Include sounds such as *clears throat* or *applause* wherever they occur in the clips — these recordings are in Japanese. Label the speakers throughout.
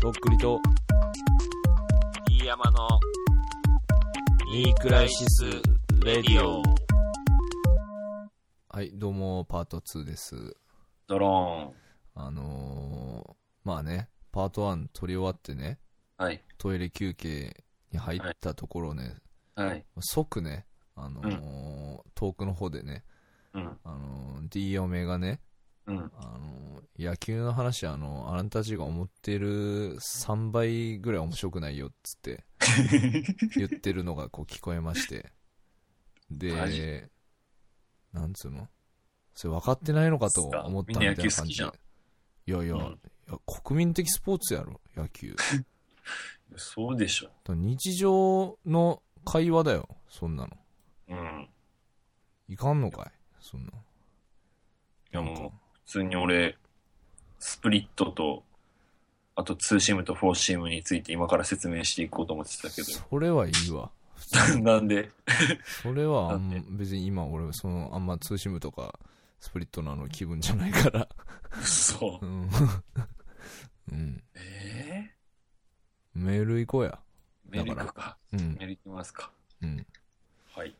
Speaker 1: とっくりと、
Speaker 2: 飯山の、
Speaker 1: ニークライシス・レディオ。はい、どうも、パート2です。
Speaker 2: ドロ
Speaker 1: あのー、まあね、パート1撮り終わってね、
Speaker 2: ーン。はい。
Speaker 1: トイレ休憩に入ったところね、
Speaker 2: はい。
Speaker 1: 即ね、あのー遠くの方でね、
Speaker 2: うん。
Speaker 1: あのー、D 嫁がね、
Speaker 2: うん。
Speaker 1: あのー野球の話、あのーあなたたちが思ってる3倍ぐらい面白くないよっつ
Speaker 2: *laughs*
Speaker 1: って、言ってるのがこう聞こえまして。
Speaker 2: マジ
Speaker 1: で、なんつうのそれ分かってないのかと思ったみたいな
Speaker 2: みんな野球好
Speaker 1: 感
Speaker 2: き
Speaker 1: じ
Speaker 2: じ
Speaker 1: で
Speaker 2: ゃん。
Speaker 1: いやいや、
Speaker 2: うん
Speaker 1: いや国民的スポーツやろ、野球。だか
Speaker 2: そうでしょ。
Speaker 1: ら日常の会話だよ、そんなの。
Speaker 2: うん。
Speaker 1: いかんのかいそんな。
Speaker 2: いやもう
Speaker 1: なんか
Speaker 2: 普通に俺、スプリットと、あとツーシームとフォーシームについて今から説明していこうと思ってたけ
Speaker 1: それはいいわ。
Speaker 2: ど。 *laughs* なんで
Speaker 1: それはあん
Speaker 2: な
Speaker 1: ま別に今俺そのあんまツーシームとかスプリットなの気分じゃないから。
Speaker 2: そう
Speaker 1: う。ん。 *laughs* うん。
Speaker 2: え
Speaker 1: メール行こうや。
Speaker 2: ー、メール行くか。
Speaker 1: うん
Speaker 2: メ。ール行きますか。
Speaker 1: うん。
Speaker 2: はい。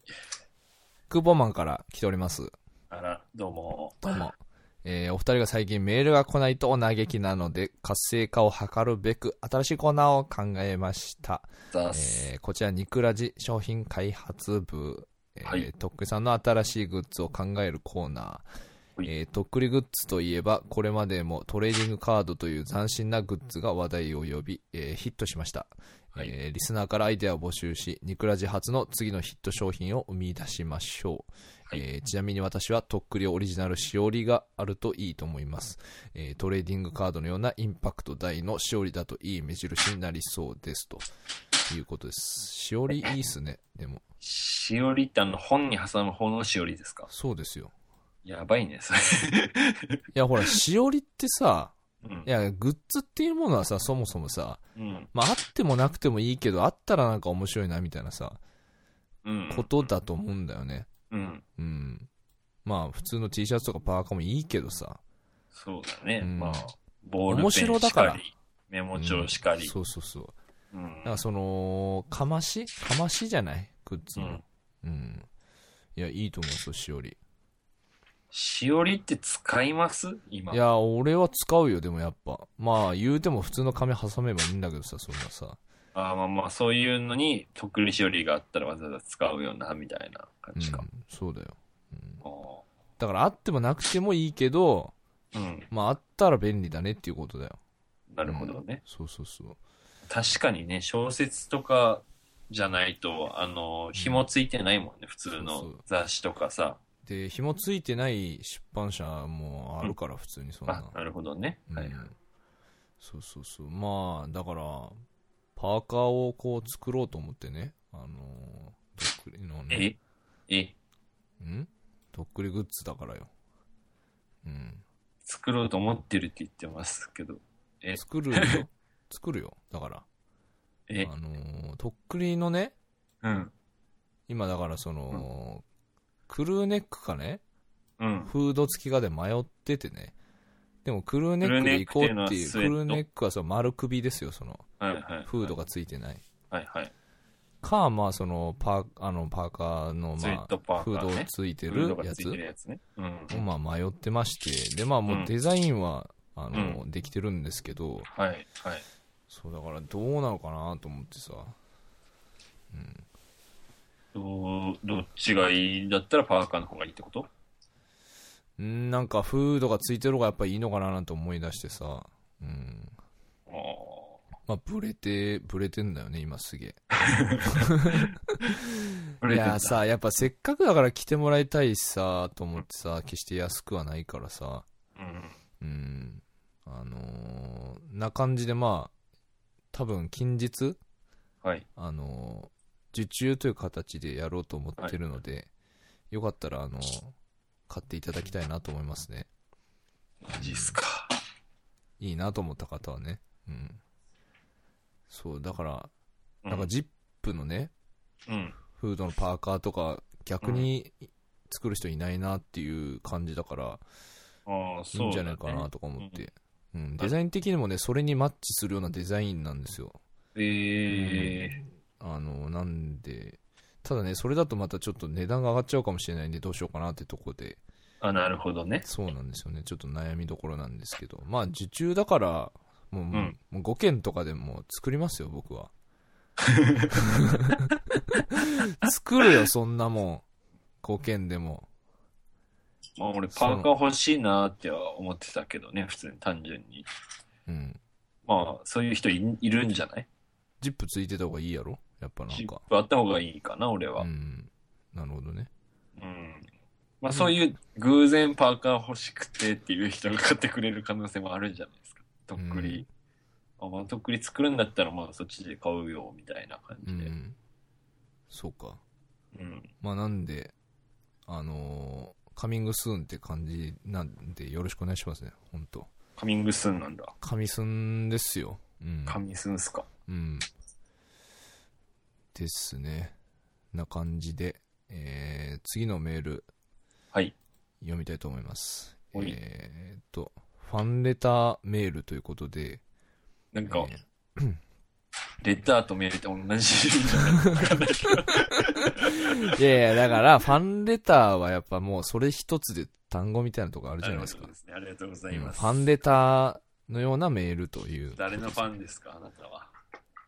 Speaker 1: クーポンマンから来ております。
Speaker 2: あら、どうも。
Speaker 1: どうも。えーお二人が最近メールが来ないとお嘆きなので、活性化を図るべく新しいコーナーを考えました。
Speaker 2: ザース。
Speaker 1: えーこちら、ニクラジ商品開発部、えー
Speaker 2: はい
Speaker 1: とっくりさんの新しいグッズを考えるコーナ
Speaker 2: は
Speaker 1: ー、
Speaker 2: い
Speaker 1: えーとっくりグッズといえば、これまでもトレーディングカードという斬新なグッズが話題を呼び、えーヒットしました、
Speaker 2: はい
Speaker 1: えーリスナーからアイデアを募集し、ニクラジ初の次のヒット商品を生み出しましょう。
Speaker 2: はい
Speaker 1: えーちなみに私はとっくりオリジナルしおりがあるといいと思います。えートレーディングカードのようなインパクト大のしおりだといい目印になりそうですということです。しおりいいっすね、でも。
Speaker 2: しおりってあの本に挟む方のしおりですか
Speaker 1: そうですよ。
Speaker 2: やばいね、それ。 *laughs*
Speaker 1: いや、ほら、しおりってさ、
Speaker 2: うん
Speaker 1: い。や、グッズっていうものはさ、そもそもさ、
Speaker 2: うん。
Speaker 1: まあ、あってもなくてもいいけど、あったらなんか面白いなみたいなさ、
Speaker 2: うん。
Speaker 1: ことだと思うんだよね。
Speaker 2: うん。
Speaker 1: うん。まあ、普通の T シャツとかパーカーもいいけどさ、
Speaker 2: そうだね。
Speaker 1: うん
Speaker 2: まあ、ボールペン
Speaker 1: 面
Speaker 2: しかり。
Speaker 1: 白だから
Speaker 2: メモ帳しか
Speaker 1: うん
Speaker 2: り。
Speaker 1: そうそうそう。
Speaker 2: うん。
Speaker 1: だからその、かましかましじゃないグッズの。うん。いや、いいと思うそう、しおり。
Speaker 2: しおりって使います今。
Speaker 1: いや、俺は使うよ、でもやっぱ。まあ、言うても普通の紙挟めばいいんだけどさ、そんなさ。
Speaker 2: あーまあまあ、そういうのに、とっくりしおりがあったらわざわざ使うよな、みたいな感
Speaker 1: うん
Speaker 2: じか。、
Speaker 1: そうだよ。うん
Speaker 2: あー
Speaker 1: だから、あってもなくてもいいけど、
Speaker 2: うん、
Speaker 1: まあ、あったら便利だねっていうことだよ。
Speaker 2: なるほどね。
Speaker 1: そうそうそう。
Speaker 2: 確かにね、小説とかじゃないと、あの、紐ついてないもんね、普通
Speaker 1: そう
Speaker 2: の
Speaker 1: そう
Speaker 2: 雑誌とかさ。
Speaker 1: で、紐ついてない出版社もあるから、普通にそんな。
Speaker 2: あ、なるほどね。
Speaker 1: うん
Speaker 2: はいはい。
Speaker 1: そうそうそうまあだからパーカーをこう作ろうと思ってねあのーとっくりのね
Speaker 2: ええ
Speaker 1: んとっくりグッズだからようん
Speaker 2: 作ろうと思ってるって言ってますけど。え
Speaker 1: 作
Speaker 2: *laughs*
Speaker 1: るよ作るよだから
Speaker 2: え
Speaker 1: あのーとっくりのね
Speaker 2: うん。
Speaker 1: 今だからその、クルーネックかね
Speaker 2: うん。
Speaker 1: フード付きかで迷っててねでもクルーネックで行こうっていうク
Speaker 2: ク
Speaker 1: ル
Speaker 2: ル
Speaker 1: ー
Speaker 2: ーネックっていうのはスウェット
Speaker 1: ネックはそう丸首ですよその
Speaker 2: はいはい。
Speaker 1: フードが付いてない
Speaker 2: はいはい。
Speaker 1: か、まあ、そのパー、あの、パーカーの、
Speaker 2: スウェ
Speaker 1: ま
Speaker 2: ットパ
Speaker 1: あ、
Speaker 2: ー
Speaker 1: フ
Speaker 2: カ
Speaker 1: ー
Speaker 2: ーね
Speaker 1: ドをついて
Speaker 2: フード
Speaker 1: る
Speaker 2: が
Speaker 1: や
Speaker 2: ついてる
Speaker 1: つ
Speaker 2: やつね。うん。
Speaker 1: を、まあ、迷ってまして、で、まあ、もううんデザインは、あの、できてるんですけど、
Speaker 2: はいはい。
Speaker 1: そう、だから、どうなのかなと思ってさ、
Speaker 2: どうどっちがいいんだったらパーカーの方がいいってこと
Speaker 1: うん、なんか、フードがついてる方がやっぱいいのかななんて思い出してさ、うん。
Speaker 2: ああ。
Speaker 1: まあ、ブレて、ブレてんだよね、今すげえ。い
Speaker 2: い *laughs*
Speaker 1: や、さ、やっぱせっかくだから来てもらいたいしさ、と思ってさ、決して安くはないからさ、
Speaker 2: うん。
Speaker 1: うん。あのーな感じでまあ、多分近日、
Speaker 2: はい。
Speaker 1: あのー受注という形でやろうと思ってるので、よかったら、あのー買っていただきたいなと思いますね。
Speaker 2: マジっすか。
Speaker 1: いいなと思った方はね。うん。そう、だから、
Speaker 2: うん
Speaker 1: なんか、ジップのね、
Speaker 2: うん。
Speaker 1: フードのパーカーとか、逆に作る人いないなっていう感じだから、
Speaker 2: ああ、そう、
Speaker 1: いいんじゃないかな。とか思って。うん、デザイン的にもね、それにマッチするようなデザインなんですよ。
Speaker 2: ええ
Speaker 1: あの、なんで、ただね、それだとまたちょっと値段が上がっちゃうかもしれないんで、どうしようかなってとこで、
Speaker 2: あ、なるほどね。
Speaker 1: そうなんですよね、ちょっと悩みどころなんですけど、まあ、受注だから、もう、
Speaker 2: ん
Speaker 1: もう5件とかでもう作りますよ、僕は。作るよ、そんなもん。5件でも。
Speaker 2: まあ、俺、パーカー欲しいなーっては思ってたけどね、普通に単純に。
Speaker 1: うん。
Speaker 2: まあ、そういう人いいるんじゃない
Speaker 1: ジップついてた方がいいやろやっぱな
Speaker 2: チ
Speaker 1: ん
Speaker 2: ッ
Speaker 1: か。
Speaker 2: プあった方がいいかな、俺は。
Speaker 1: う
Speaker 2: うん。
Speaker 1: ん。なるほどね。
Speaker 2: まあ、そういう偶然パーカー欲しくてっていう人が買ってくれる可能性もあるんじゃないですか。とっくり。あまあ、とっくり作るんだったら、まあ、そっちで買うよ、みたいな感
Speaker 1: う
Speaker 2: じで。
Speaker 1: ん。そうか。
Speaker 2: うん。
Speaker 1: まあなんで、あのーカミングスーンって感じなんで、よろしくお願いしますね、本当
Speaker 2: カミングスーンなんだ。
Speaker 1: カミスンですよ。うん。
Speaker 2: カミスーンっすか。
Speaker 1: うん。ですね。な感じで、えー、次のメール
Speaker 2: はい。
Speaker 1: 読みたいと思います。
Speaker 2: おい
Speaker 1: えーっと、ファンレターメールということで、
Speaker 2: なんか、
Speaker 1: えー
Speaker 2: レターとメールって同じ種類じゃないですか。
Speaker 1: いやいや、だから、ファンレターはやっぱもうそれ一つで単語みたいなとこあるじゃないですか。
Speaker 2: なるほど
Speaker 1: *laughs*
Speaker 2: ね。ありがとうござ
Speaker 1: う
Speaker 2: い
Speaker 1: んフ
Speaker 2: ます。
Speaker 1: ァンレターのようなメールという、
Speaker 2: 誰のファンですか、あなたは。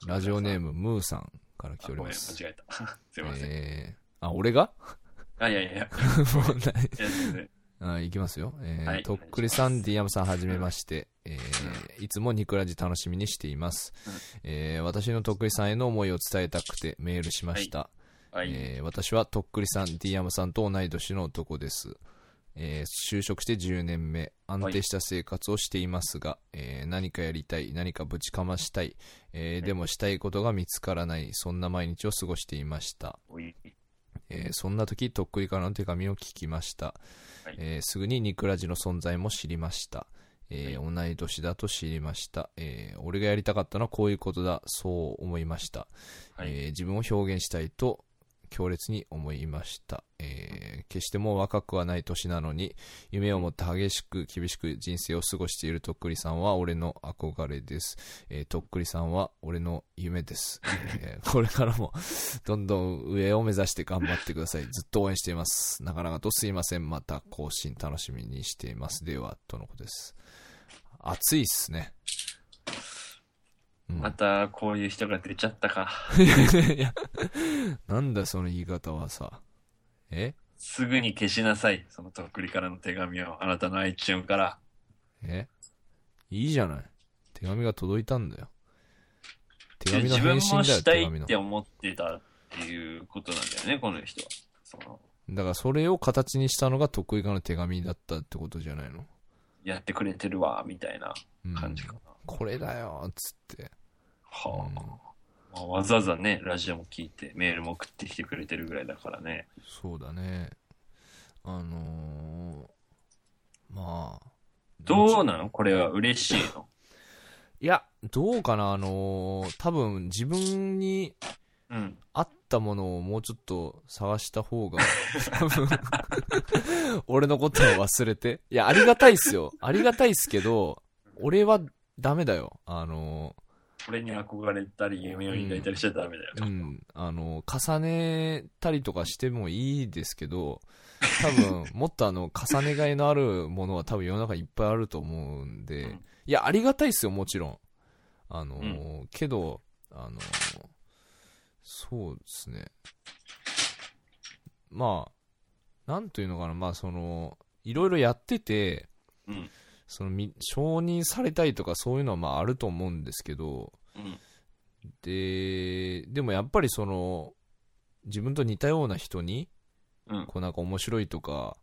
Speaker 1: ラジオネームムーさんから来
Speaker 2: あ
Speaker 1: ており
Speaker 2: ごめ
Speaker 1: ま
Speaker 2: ん、間
Speaker 1: す。
Speaker 2: 違えた。すいません。
Speaker 1: えー、あ、俺が
Speaker 2: あ、いやいやいや。
Speaker 1: もうない
Speaker 2: いや全然
Speaker 1: *laughs* あいきますよ、えー
Speaker 2: はい
Speaker 1: とっくりさ
Speaker 2: お願
Speaker 1: ん、
Speaker 2: いします
Speaker 1: D ヤムさん、はじめまして、えーいつもニクラジ楽しみにしています、えー私のとっくりさんへの思いを伝えたくてメールしました、
Speaker 2: はい。
Speaker 1: えー私はとっくりさん、D ヤムさんと同い年の男です、えー就職して10年目安定した生活をしていますが、えー何かやりたい何かぶちかましたい、えーでもしたいことが見つからないそんな毎日を過ごしていました
Speaker 2: おい
Speaker 1: えーそんな時とっくりからの手紙を聞きました、
Speaker 2: はい
Speaker 1: えーすぐにニクラジの存在も知りました、えー同い年だと知りました、えー俺がやりたかったのはこういうことだそう思いました、
Speaker 2: はい
Speaker 1: えー自分を表現したいと強烈に思いました、えー決してもう若くはない年なのに夢を持って激しく厳しく人生を過ごしているとっくりさんは俺の憧れです、えーとっくりさんは俺の夢です、えーこれからもどんどん上を目指して頑張ってください。ずっと応援しています。なかなかとすいません。また更新楽しみにしています。では、とのことです。暑いっすね。うん
Speaker 2: またこういう人が出ちゃったか。
Speaker 1: いや、なんだその言い方はさ。え
Speaker 2: すぐに消しなさい。そのとっくりからの手紙をあなたの iTunes から。
Speaker 1: えいいじゃない。手紙が届いたんだよ。手紙の
Speaker 2: 自
Speaker 1: 返
Speaker 2: 分も
Speaker 1: 信だよ、
Speaker 2: した
Speaker 1: 手
Speaker 2: い
Speaker 1: 紙の
Speaker 2: っ。て思ってたっていうことなんだよね、この人は。その
Speaker 1: だからそれを形にしたのが得意かの手紙だったってことじゃないの、
Speaker 2: やってくれてるわ、みたいな
Speaker 1: うん
Speaker 2: 感じかな。
Speaker 1: これだよ、つって。
Speaker 2: は
Speaker 1: うん
Speaker 2: あまあわざわざね、ラジオも聞いて、メールも送ってきてくれてるぐらいだからね。
Speaker 1: そうだね。あのーまあ。
Speaker 2: どうなのこれは嬉しいの。
Speaker 1: いや、どうかな、あのー多分自分に
Speaker 2: うん。
Speaker 1: 合ったものをもうちょっと探した方が、多分、俺のことを忘れて。いや、ありがたいっすよ。ありがたいっすけど、俺はダメだよ。あの
Speaker 2: これに憧れたり、夢を抱いたりしちゃダメだよ。
Speaker 1: ーうん、あのー重ねたりとかしてもいいですけど、多分、もっとあの、重ねがいのあるものは多分世の中いっぱいあると思うんで、
Speaker 2: うん
Speaker 1: いや、ありがたいっすよ、もちろん。あのーけど、あのーそうですね。まあ、なんというのかな、まあ、その、いろいろやってて、
Speaker 2: うん
Speaker 1: そのみ承認されたいとかそういうのはまああると思うんですけど、
Speaker 2: うん。
Speaker 1: で、でもやっぱりその、自分と似たような人に、
Speaker 2: うん
Speaker 1: こうなんか面白いとか、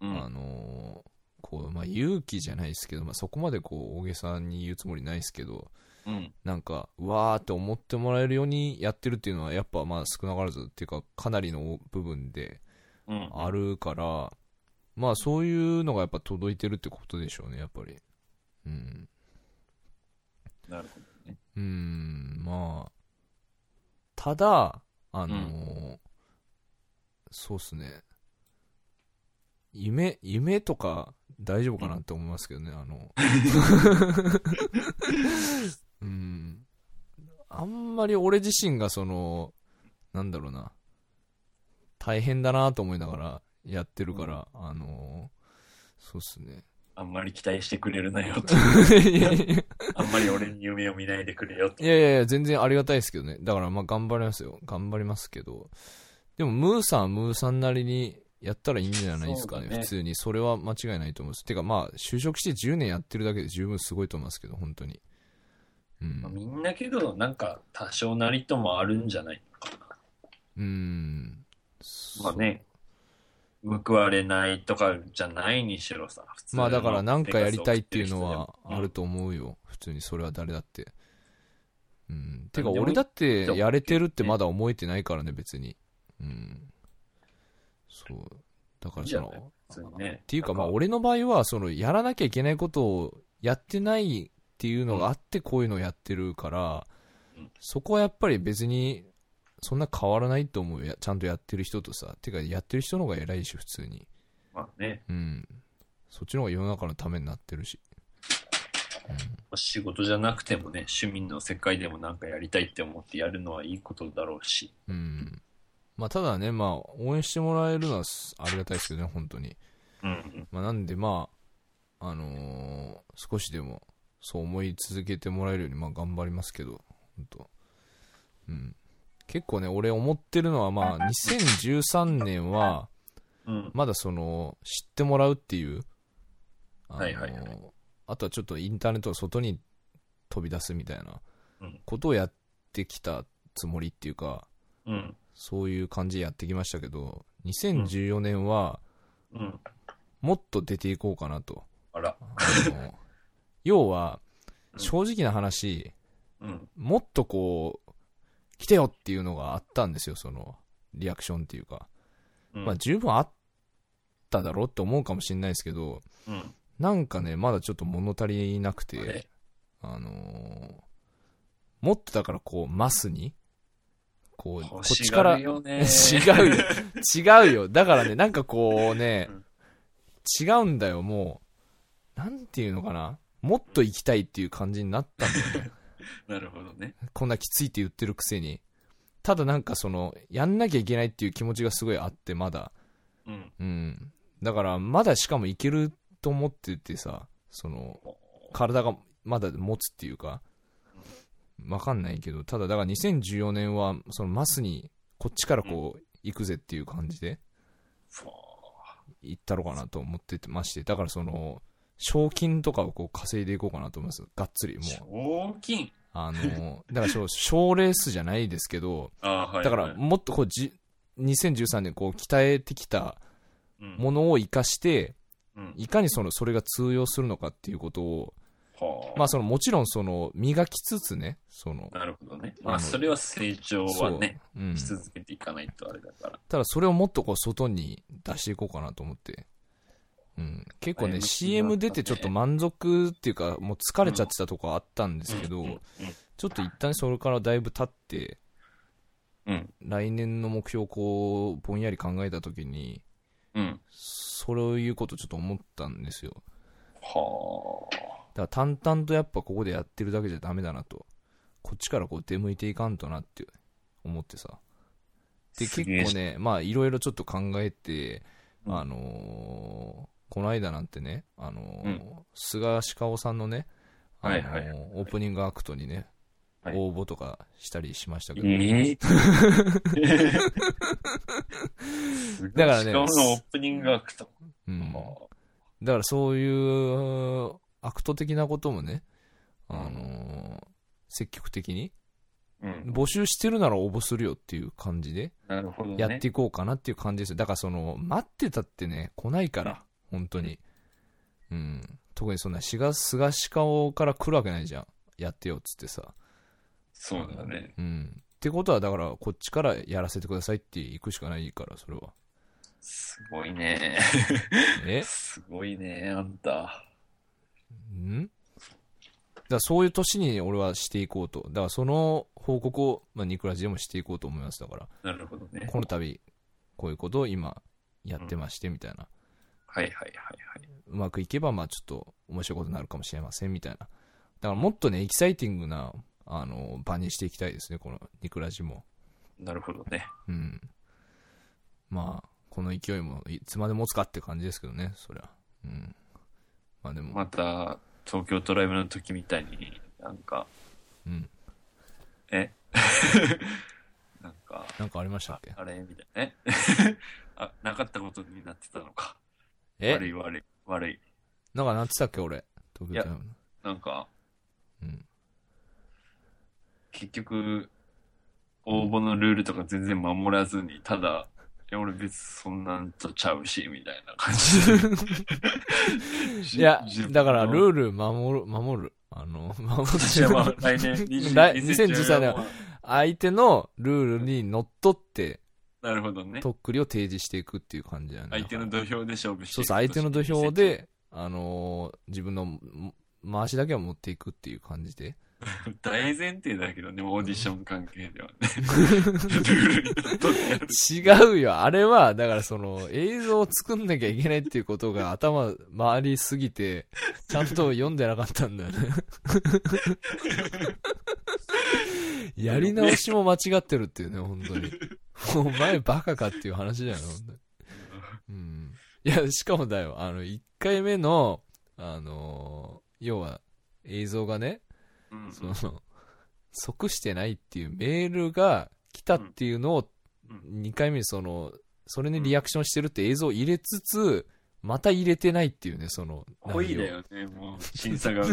Speaker 2: うん。
Speaker 1: あのーこう、まあ、勇気じゃないですけど、まあ、そこまでこう、大げさに言うつもりないですけど、
Speaker 2: うん。
Speaker 1: なんか、うわーって思ってもらえるようにやってるっていうのは、やっぱまあ少なからずっていうか、かなりの部分で
Speaker 2: うん。
Speaker 1: あるから、まあそういうのがやっぱ届いてるってことでしょうね、やっぱり。うん。
Speaker 2: なるほど。
Speaker 1: うん、まあ、ただ、あのーそうっすね。夢、夢とか大丈夫かなって思いますけどね、あの。 *laughs* うん。あんまり俺自身がその、なんだろうな、大変だなと思いながらやってるから、あの、そうっすね。
Speaker 2: あんまり期待してくれるなよと。
Speaker 1: *laughs* いやいや
Speaker 2: あんまり俺に夢を見ないでくれよと。
Speaker 1: いやいやいや、全然ありがたいですけどね。だからまあ頑張りますよ。頑張りますけど。でもムーさんはムーさんなりにやったらいいんじゃないですかね。
Speaker 2: そうだね
Speaker 1: 普通に。それは間違いないと思うんです。てかまあ、就職して10年やってるだけで十分すごいと思いますけど、本当に。う
Speaker 2: まあ
Speaker 1: ん。
Speaker 2: みんなけど、なんか多少なりともあるんじゃないのか
Speaker 1: うん。
Speaker 2: な。まあね、報われないとかじゃないにしろさ。普
Speaker 1: そう。
Speaker 2: 通の
Speaker 1: まあだからなんかやりたいっていうのは
Speaker 2: うん
Speaker 1: あると思うよ。普通にそれは誰だって。うん。てか
Speaker 2: 何でも
Speaker 1: 俺だってやれてるってまだ思えてないからね、別に。うん。そう。だから
Speaker 2: いいじ
Speaker 1: そ
Speaker 2: ゃない
Speaker 1: の、
Speaker 2: 普通にね。
Speaker 1: っていうか、まあ、
Speaker 2: なん
Speaker 1: 俺の場合は、その、やらなきゃいけないことをやってないっていうのがあって、こういうのをやってるから
Speaker 2: うん、
Speaker 1: そこはやっぱり別に、そんな変わらないと思うよ。やちゃんとやってる人とさ。てか、やってる人の方が偉いし、普通に。
Speaker 2: まあね、
Speaker 1: うん。そっちの方が世の中のためになってるし。
Speaker 2: 仕事じゃなくてもね、趣味の世界でもなんかやりたいって思ってやるのはいいことだろうし。
Speaker 1: うん。まあ、ただね、まあ、応援してもらえるのはすありがたいですけどね、本当に。
Speaker 2: うんうん。
Speaker 1: まあ、なんで、まあ、あのー少しでも、そう思い続けてもらえるように、まあ、頑張りますけど、本当うん。結構ね、俺思ってるのは、まあ、2013年は、
Speaker 2: うん。
Speaker 1: まだその、知ってもらうっていう、あのー
Speaker 2: はいはいはい
Speaker 1: あとはちょっとインターネットの外に飛び出すみたいな
Speaker 2: うん
Speaker 1: ことをやってきたつもりっていうか、
Speaker 2: うん。
Speaker 1: そういう感じでやってきましたけど、2014年は、
Speaker 2: うん。
Speaker 1: もっと出ていこうかなと。
Speaker 2: あら。
Speaker 1: あ
Speaker 2: *laughs*
Speaker 1: の要は、
Speaker 2: うん
Speaker 1: 正直な話、
Speaker 2: うん。
Speaker 1: もっとこう、来てよっていうのがあったんですよ、その、リアクションっていうか。
Speaker 2: うん
Speaker 1: まあ、十分あっただろうって思うかもしれないですけど、
Speaker 2: うん。
Speaker 1: なんかね、まだちょっと物足りなく
Speaker 2: あれ
Speaker 1: て、あのーもっとだからこう、マスに、こう、こ
Speaker 2: 欲
Speaker 1: っ
Speaker 2: し
Speaker 1: ちか
Speaker 2: が
Speaker 1: ら、
Speaker 2: るよね。 *laughs*
Speaker 1: *laughs* 違うよ。違うよ。だからね、なんかこうね
Speaker 2: *laughs* うん、
Speaker 1: 違うんだよ、もう。なんていうのかな。もっと行きたいっていう感じになったんだ
Speaker 2: *laughs*
Speaker 1: よね。
Speaker 2: なるほどね。
Speaker 1: こんなきついって言ってるくせに。ただなんかその、やんなきゃいけないっていう気持ちがすごいあって、まだ。
Speaker 2: うん。
Speaker 1: うん。だから、まだしかもいけると思っててさ、その、体がまだ持つっていうか、わかんないけど、ただだから2014年は、そのマスに、こっちからこう、行くぜっていう感じで、
Speaker 2: そう
Speaker 1: 行ったろうかなと思っててまして、だからその、賞金とかをこう稼いでいこうかなと思います。がっつり、もう。
Speaker 2: 賞金
Speaker 1: あの、だからそう、 *laughs* 賞レースじゃないですけど、
Speaker 2: あーはい。
Speaker 1: だか
Speaker 2: は
Speaker 1: ら
Speaker 2: い、
Speaker 1: もっとこうじ、2013年こう鍛えてきた
Speaker 2: うん
Speaker 1: ものを活かして、
Speaker 2: うん
Speaker 1: いかにその、それが通用するのかっていうことを、
Speaker 2: はあ
Speaker 1: まあその、もちろんその、磨きつつね、その、
Speaker 2: なるほどね。
Speaker 1: あ
Speaker 2: ま
Speaker 1: の
Speaker 2: あ、それは成長
Speaker 1: そ
Speaker 2: は
Speaker 1: う
Speaker 2: ね、、
Speaker 1: うん
Speaker 2: し続けていかないとあれだから。
Speaker 1: ただそれをもっとこう外に出していこうかなと思って。うん、結構
Speaker 2: 前
Speaker 1: ね、
Speaker 2: 向きにな
Speaker 1: CM
Speaker 2: った
Speaker 1: 出
Speaker 2: ね
Speaker 1: てちょっと満足っていうか、もう疲れちゃってたとこあったんですけど、
Speaker 2: うんうん
Speaker 1: ちょっと一旦それからだいぶ経って、
Speaker 2: うん。
Speaker 1: 来年の目標をこう、ぼんやり考えた時に、
Speaker 2: うん。
Speaker 1: そういうことちょっと思ったんですよ。
Speaker 2: は
Speaker 1: だから淡々とやっぱここでやってるだけじゃダメだなと。こっちからこう出向いていかんとなって思ってさ。で、結
Speaker 2: すげえ
Speaker 1: 構ね、まあいろいろちょっと考えて、
Speaker 2: うん
Speaker 1: あのーこの間なんてね、あのー
Speaker 2: うん
Speaker 1: 菅鹿尾さんのね、あのー
Speaker 2: はいはい
Speaker 1: オープニングアクトにね、
Speaker 2: はい
Speaker 1: 応募とかしたりしました
Speaker 2: あ。
Speaker 1: けど、
Speaker 2: ええ
Speaker 1: だからね
Speaker 2: *laughs* しかものオープニングアクト。
Speaker 1: うん、
Speaker 2: はあ
Speaker 1: だからそういうアクト的なこともね、あのー積極的に
Speaker 2: うん。
Speaker 1: 募集してるなら応募するよっていう感じで
Speaker 2: なるほどね。
Speaker 1: やっていこうかなっていう感じですよだからその待ってたってね来ないから本当にうん特にそんな志賀菅鹿尾から来るわけないじゃんやってよっつってさ
Speaker 2: そうだね。
Speaker 1: うんってことはだからこっちからやらせてくださいって行くしかないからそれは
Speaker 2: すごいね。
Speaker 1: え
Speaker 2: すごいね、あんた。
Speaker 1: んだからそういう年に俺はしていこうとだからその報告を、まあ、ニクラジでもしていこうと思いますだから
Speaker 2: なるほどね。
Speaker 1: この度こういうことを今やってましてみたいな
Speaker 2: はいはいはいはい。
Speaker 1: うまくいけば、まあちょっと面白いことになるかもしれませんみたいな。だからもっとね、エキサイティングな、あの、場にしていきたいですね、このニクラジも。
Speaker 2: なるほどね。
Speaker 1: うん。まあ、この勢いもいつまで持つかって感じですけどね、そりゃ。うん。まあでも、
Speaker 2: また、東京ドライブの時みたいに、なんか、
Speaker 1: うん。
Speaker 2: え *laughs* なんか、
Speaker 1: なんかありましたっけ
Speaker 2: あれみたいな。え *laughs* あ、なかったことになってたのか。
Speaker 1: え
Speaker 2: 悪い悪い、悪い。
Speaker 1: なんかなってたっけ、俺。東京
Speaker 2: いや
Speaker 1: タイムの。
Speaker 2: なんか、
Speaker 1: うん。
Speaker 2: 結局、応募のルールとか全然守らずに、ただ、いや俺別にそんなんとちゃうし、みたいな感じ
Speaker 1: *laughs* い
Speaker 2: で。
Speaker 1: や
Speaker 2: じ、
Speaker 1: だから
Speaker 2: ル
Speaker 1: ルール守る、守る。あの、 *laughs* 守
Speaker 2: 私はまあ
Speaker 1: る。
Speaker 2: 来
Speaker 1: *laughs*
Speaker 2: 年20
Speaker 1: 来
Speaker 2: 2013
Speaker 1: 2013年は相手のルールにのっとって、
Speaker 2: なるほどね。
Speaker 1: とっくりを提示していくっていう感じだね。
Speaker 2: 相手の土俵で勝負して
Speaker 1: そうそう、相手の土俵、で、あのー自分のん回しだけは持っていくっていう感じで。
Speaker 2: *laughs* 大前提だけどね、オーディション関係ではね。ルールにのっとってやる
Speaker 1: 違うよ、あれは、だからその、映像を作んなきゃいけないっていうことが頭回りすぎて、ちゃんと読んでなかったんだよね。やり直しも間違ってるっていうね、本当に。お前バカかっていう話だよね、本当に。うん。いや、しかもだよ、あの、1回目の、あのー要は、映像がね、
Speaker 2: うん
Speaker 1: その、即してないっていうメールが来たっていうのを、
Speaker 2: うん
Speaker 1: 2回目にその、それにリアクションしてるって映像を入れつつ、また入れてないっていうね、その、
Speaker 2: 恋だ
Speaker 1: 内容。
Speaker 2: よね、もう、審査が。 *laughs*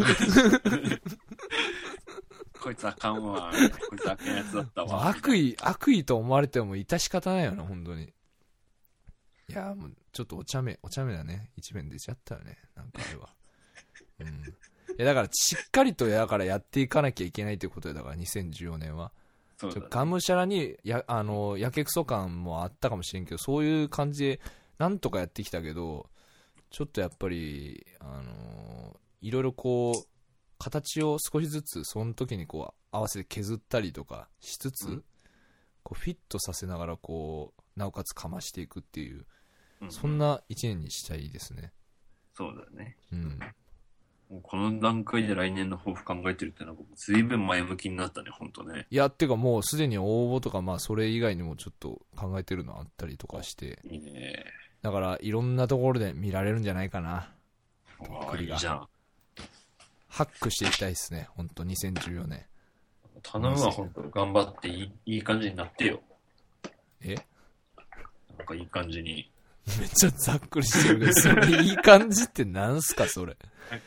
Speaker 2: こいつあかんわ、こいつあかんやつだったわ。
Speaker 1: 悪意、悪意と思われても致し方ないよね、本当に。いやー、もう、ちょっとお茶目、お茶目だね。一面出ちゃったよね、なんかあれは。うん。いや、だから、しっかりと、だからやっていかなきゃいけないということだよだから、2014年は。
Speaker 2: そう
Speaker 1: ち
Speaker 2: だ
Speaker 1: ょ
Speaker 2: ね
Speaker 1: がむしゃらにやあのやけくそ感もあったかもしれんけどそういう感じでなんとかやってきたけどちょっとやっぱりあのいろいろこう形を少しずつその時にこう合わせて削ったりとかしつつ、
Speaker 2: うん
Speaker 1: こうフィットさせながらこうなおかつかましていくっていう
Speaker 2: う
Speaker 1: そん。な1年にしたいですね
Speaker 2: そうだね。
Speaker 1: うん
Speaker 2: もうこの段階で来年の抱負考えてるってのは、ずいぶん前向きになったね、ほんとね。
Speaker 1: いやっていうかもうすでに応募とかまあそれ以外にもちょっと考えてるのあったりとかして
Speaker 2: いいね。
Speaker 1: だからいろんなところで見られるんじゃないかな
Speaker 2: う
Speaker 1: っく
Speaker 2: わい
Speaker 1: りが
Speaker 2: いじゃん。
Speaker 1: ハックしていきたいですね、本当2014年。
Speaker 2: 頼むわ、ほんと。頑張っていい、いい感じになってよ。
Speaker 1: え
Speaker 2: なんかいい感じに。
Speaker 1: めっちゃざっくりしてるけど、それいい感じってなんすか、それ。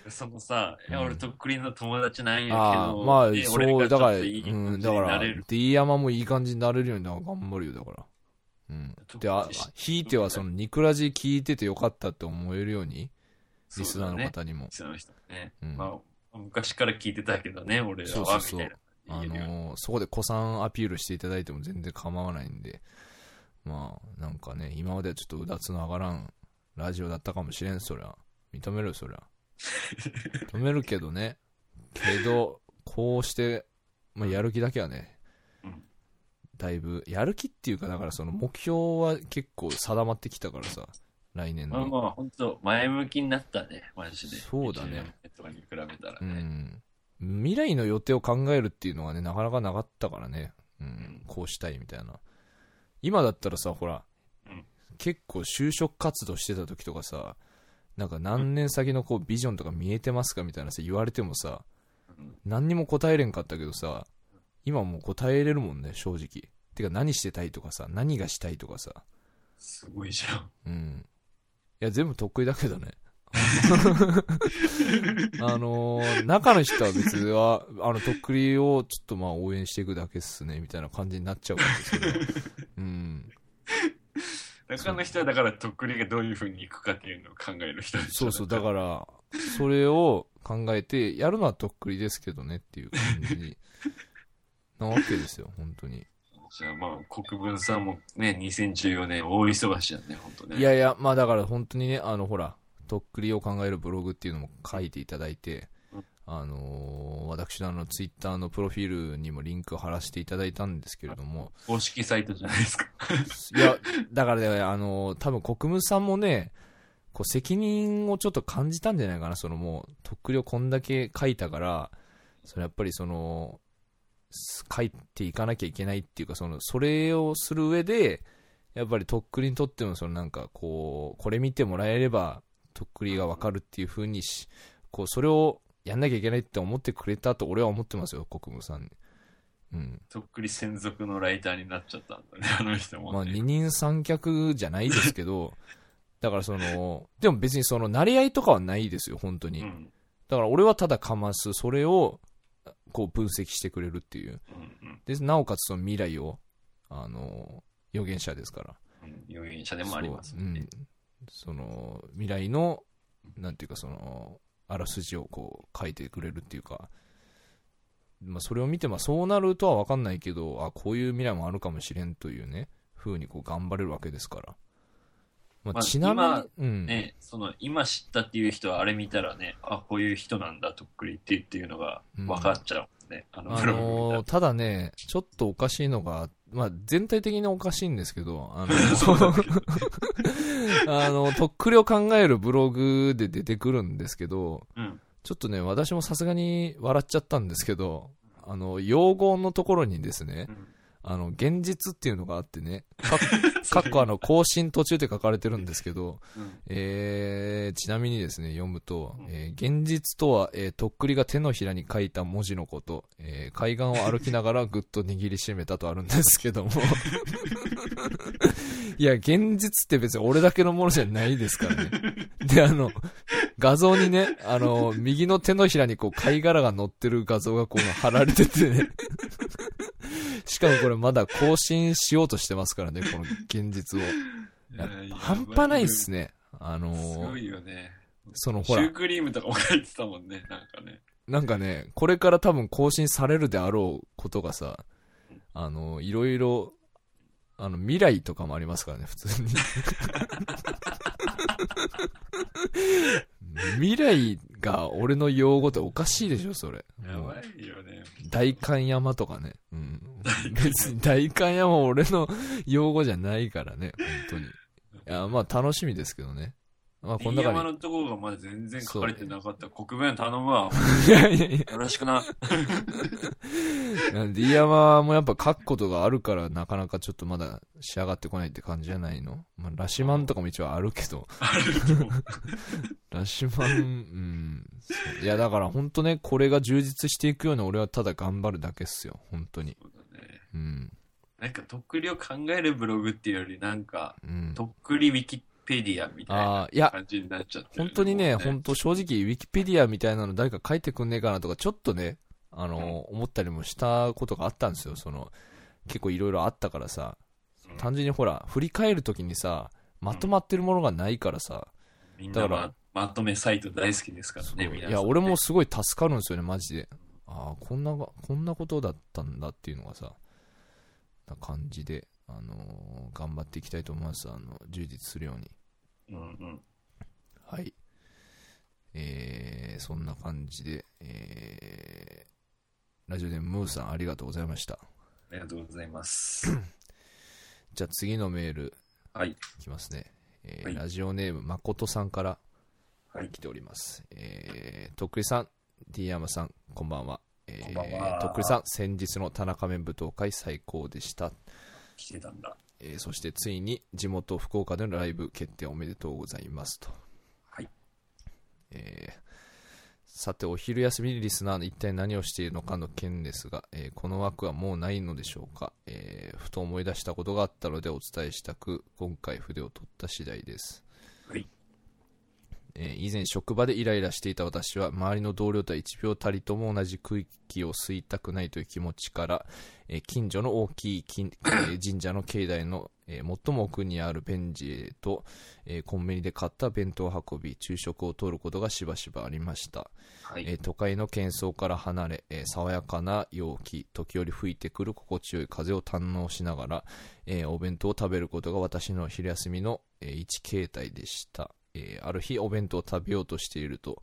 Speaker 2: そのさ、いや
Speaker 1: うん
Speaker 2: 俺とっくりの友達なんやけど、
Speaker 1: ああ、まあ、
Speaker 2: ね
Speaker 1: そ
Speaker 2: 俺
Speaker 1: う、
Speaker 2: が
Speaker 1: だから、う
Speaker 2: ちょっといい感
Speaker 1: ん、
Speaker 2: じ
Speaker 1: だ
Speaker 2: に
Speaker 1: か
Speaker 2: な
Speaker 1: ら
Speaker 2: れる、
Speaker 1: D 山もいい感じになれるようにな頑張るよ、だから。うん。で、あ、ひいては、その、ニクラジ聞いててよかったって思えるように、リスナーの方にも。
Speaker 2: そうだね。リスナーの人ね。
Speaker 1: うん
Speaker 2: まあ、昔から聞いてたけどね、俺ら
Speaker 1: そうそう
Speaker 2: は、み
Speaker 1: そう
Speaker 2: たいな。
Speaker 1: あ
Speaker 2: 言えるよね
Speaker 1: のーそこで子さんアピールしていただいても全然構わないんで、まあ、なんかね、今まではちょっとうだつの上がらんラジオだったかもしれん、そりゃ。認めるよ、そりゃ。認めるけどね。けど、こうして、まあ、やる気だけはね
Speaker 2: うん、
Speaker 1: だいぶ、やる気っていうか、だからその目標は結構定まってきたからさ、来年
Speaker 2: まあ
Speaker 1: の。
Speaker 2: まあ、本当前向きになったね、マジで。
Speaker 1: そうだね。
Speaker 2: とかに比べたら
Speaker 1: う
Speaker 2: ね。
Speaker 1: ん。未来の予定を考えるっていうのはね、なかなかなかったからね。うん
Speaker 2: ん。
Speaker 1: こうしたいみたいな。今だったらさ、ほら
Speaker 2: うん、
Speaker 1: 結構就職活動してた時とかさ、なんか何年先のこうビジョンとか見えてますかみたいなさ、言われてもさ、
Speaker 2: うん
Speaker 1: 何にも答えれんかったけどさ、今もう答えれるもんね、正直。てか何してたいとかさ、何がしたいとかさ、
Speaker 2: すごいじゃん。
Speaker 1: うん。いや、全部得意だけどね。あのー中の人は別には、あの、とっくりをちょっとまあ応援していくだけっすね、みたいな感じになっちゃうからそれはうん。
Speaker 2: 中の人はだから、とっくりがどういう風に行くかっていうのを考える人でしょ
Speaker 1: そうそう、だから、それを考えて、やるのはとっくりですけどねっていう感じなわけですよ、本当に。
Speaker 2: じゃあまあ、国分さんもね、2014年大忙しだね、本当ね。
Speaker 1: いやいや、まあだから本当にね、あのほら、とっくりを考えるブログっていうのも書いていただいて
Speaker 2: うん、
Speaker 1: あのー私のあのツイッターのプロフィールにもリンクを貼らせていただいたんですけれども、
Speaker 2: 公式サイトじゃないですか。 *laughs*
Speaker 1: いや、だからね、あのー多分国務さんもね、こう責任をちょっと感じたんじゃないかな、そのもう、とっくりをこんだけ書いたから、それやっぱりその、す書いていかなきゃいけないっていうか、その、それをする上で、やっぱりとっくりにとっても、そのなんかこう、これ見てもらえれば、とっくりがわかるっていう風にし、こう、それをやんなきゃいけないって思ってくれたと俺は思ってますよ、国務さんに。うん。
Speaker 2: とっくり専属のライターになっちゃったん
Speaker 1: *laughs*
Speaker 2: だね、あの人も、ね。
Speaker 1: まあ、二人三脚じゃないですけ
Speaker 2: *laughs*
Speaker 1: ど、だからその、でも別にその、慣れ合いとかはないですよ、本当に。
Speaker 2: うん。
Speaker 1: だから俺はただかます、それを、こう分析してくれるっていう。
Speaker 2: うんうん。
Speaker 1: で、なおかつその未来を、あの、予言者ですから。
Speaker 2: うん有限者でもありますね。
Speaker 1: そううん。その、未来の、なんていうかその、あらすじをこう書いてくれるっていうか、まあそれを見て、まあそうなるとは分かんないけど、あ、こういう未来もあるかもしれんというね、風にこう頑張れるわけですから。ま
Speaker 2: ま
Speaker 1: あ
Speaker 2: あ
Speaker 1: ちなみに、
Speaker 2: 今
Speaker 1: うん。
Speaker 2: ね、その今知ったっていう人はあれ見たらね、あ、こういう人なんだ、とっくりってっていうのが分かっちゃうもんね。あの
Speaker 1: あ
Speaker 2: ブログ見た
Speaker 1: のーただね、ちょっとおかしいのが、まあ、全体的におかしいんですけど、あの
Speaker 2: ら *laughs* そうなんだけど、
Speaker 1: *laughs* あの、とっくりを考えるブログで出てくるんですけど、
Speaker 2: うん。
Speaker 1: ちょっとね、私もさすがに笑っちゃったんですけど、あの、用語のところにですね
Speaker 2: う、ん
Speaker 1: あの、現実っていうのがあって
Speaker 2: *laughs*
Speaker 1: ね、かかっこあの、更新途中で書かれてるんですけど、
Speaker 2: うん
Speaker 1: えーちなみにですね、読むと、えー現実とは、えーとっくりが手のひらに書いた文字のこと、えー海岸を歩きながら *laughs* ぐっと握りしめたとあるんですけども。 *laughs* いや、現実って別に俺だけのものじゃないですからね。で、あの、画像にね、あの、右の手のひらにこう貝殻が乗ってる画像がこう貼られててね。しかもこれまだ更新しようとしてますからね、この現実を。やっぱ
Speaker 2: いや
Speaker 1: 半端ないっすね。あの
Speaker 2: す
Speaker 1: ー
Speaker 2: ごいよね。
Speaker 1: その
Speaker 2: シ
Speaker 1: ほ
Speaker 2: ュー
Speaker 1: ら、
Speaker 2: クリームとかも書いてたもんね、なんかね。
Speaker 1: なんかね、これから多分更新されるであろうことがさ、あのーいろいろ、あの、未来とかもありますからね、普
Speaker 2: *laughs*
Speaker 1: 通に。未来が俺の用語っておかしいでしょ、それ。
Speaker 2: や
Speaker 1: もう
Speaker 2: ばいよね。
Speaker 1: 大観山とかね。うん。別
Speaker 2: *laughs*
Speaker 1: に大観山は俺の用語じゃないからね、本当に。いや、まあ楽しみですけどね。まあこんな
Speaker 2: 右
Speaker 1: 感じ
Speaker 2: 山。のところがまだ全然書かれてなかった。国弁頼むわ。
Speaker 1: いやいやい
Speaker 2: よろしくな。
Speaker 1: や、D 山もやっぱ書くことがあるから、なかなかちょっとまだ仕上がってこないって感じじゃないのまあ、ラシマンとかも一応あるけど、 *laughs*
Speaker 2: あるけど
Speaker 1: ラシマン、うん。そういや、だから本当ね、これが充実していくように俺はただ頑張るだけっすよ、本当に。
Speaker 2: そうだね
Speaker 1: うん。
Speaker 2: なんか、とっくりを考えるブログっていうより、なんか、
Speaker 1: うん。
Speaker 2: とっくりウィキペディアみたいな
Speaker 1: ああ、いや、
Speaker 2: 感じになっちゃってる
Speaker 1: 本当にね、
Speaker 2: もう
Speaker 1: 本当正直、ウィキペディアみたいなの誰か書いてくんねえかなとか、ちょっとね、あの、思ったりもしたことがあったんですよ、その、結構いろいろあったからさ、
Speaker 2: うん
Speaker 1: 単純にほら、振り返るときにさ、まとまってるものがないからさ、
Speaker 2: みんな
Speaker 1: だか
Speaker 2: ままとめサイト大好きですから
Speaker 1: そう
Speaker 2: ね、皆さんね
Speaker 1: いや、俺もすごい助かるんですよね、マジで。ああ、こんなが、こんなことだったんだっていうのがさ、な感じで、あのー頑張っていきたいと思います、あの、充実するように。
Speaker 2: うんうん。
Speaker 1: はい。えー、そんな感じで、えー、ラジオでムーさんありがとうございました。
Speaker 2: ありがとうござ
Speaker 1: *clears throat*
Speaker 2: います。
Speaker 1: じゃあ次のメール
Speaker 2: はい。
Speaker 1: いきますね。えー
Speaker 2: はい
Speaker 1: ラジオネーム、まことさんから
Speaker 2: はい
Speaker 1: 来ております。えー、とっくりさん、D 山さん、こんばんは。えー
Speaker 2: こんばんは
Speaker 1: とっくりさん、先日の田中面舞踏会最高でした。
Speaker 2: 来てたんだ。
Speaker 1: えーそしてついに地元福岡でのライブ決定おめでとうございますと、
Speaker 2: はい
Speaker 1: えーさてお昼休みにリスナーの一体何をしているのかの件ですが、えーこの枠はもうないのでしょうか、えーふと思い出したことがあったのでお伝えしたく今回筆を取った次第です
Speaker 2: はい。
Speaker 1: えー以前職場でイライラしていた私は周りの同僚とは1秒たりとも同じ区域を吸いたくないという気持ちから、えー近所の大きい金えー神社の境内の、えー最も奥にあるベンチへと、えーコンビニで買った弁当を運び昼食を取ることがしばしばありました、
Speaker 2: はい。
Speaker 1: えー都会の喧騒から離れ、えー爽やかな陽気時折吹いてくる心地よい風を堪能しながら、えーお弁当を食べることが私の昼休みの、えー一形態でした、えーある日お弁当を食べようとしていると、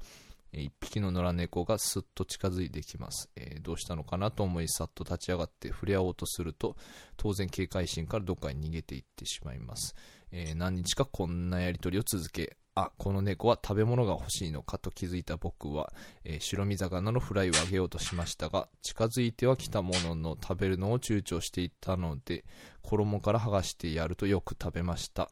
Speaker 1: えー一匹の野良猫がすっと近づいてきます、えーどうしたのかなと思いさっと立ち上がって触れ合おうとすると当然警戒心からどっかに逃げていってしまいます、えー何日かこんなやり取りを続けあ、この猫は食べ物が欲しいのかと気づいた僕は、えー白身魚のフライをあげようとしましたが、近づいては来たものの食べるのを躊躇していたので、衣から剥がしてやるとよく食べました。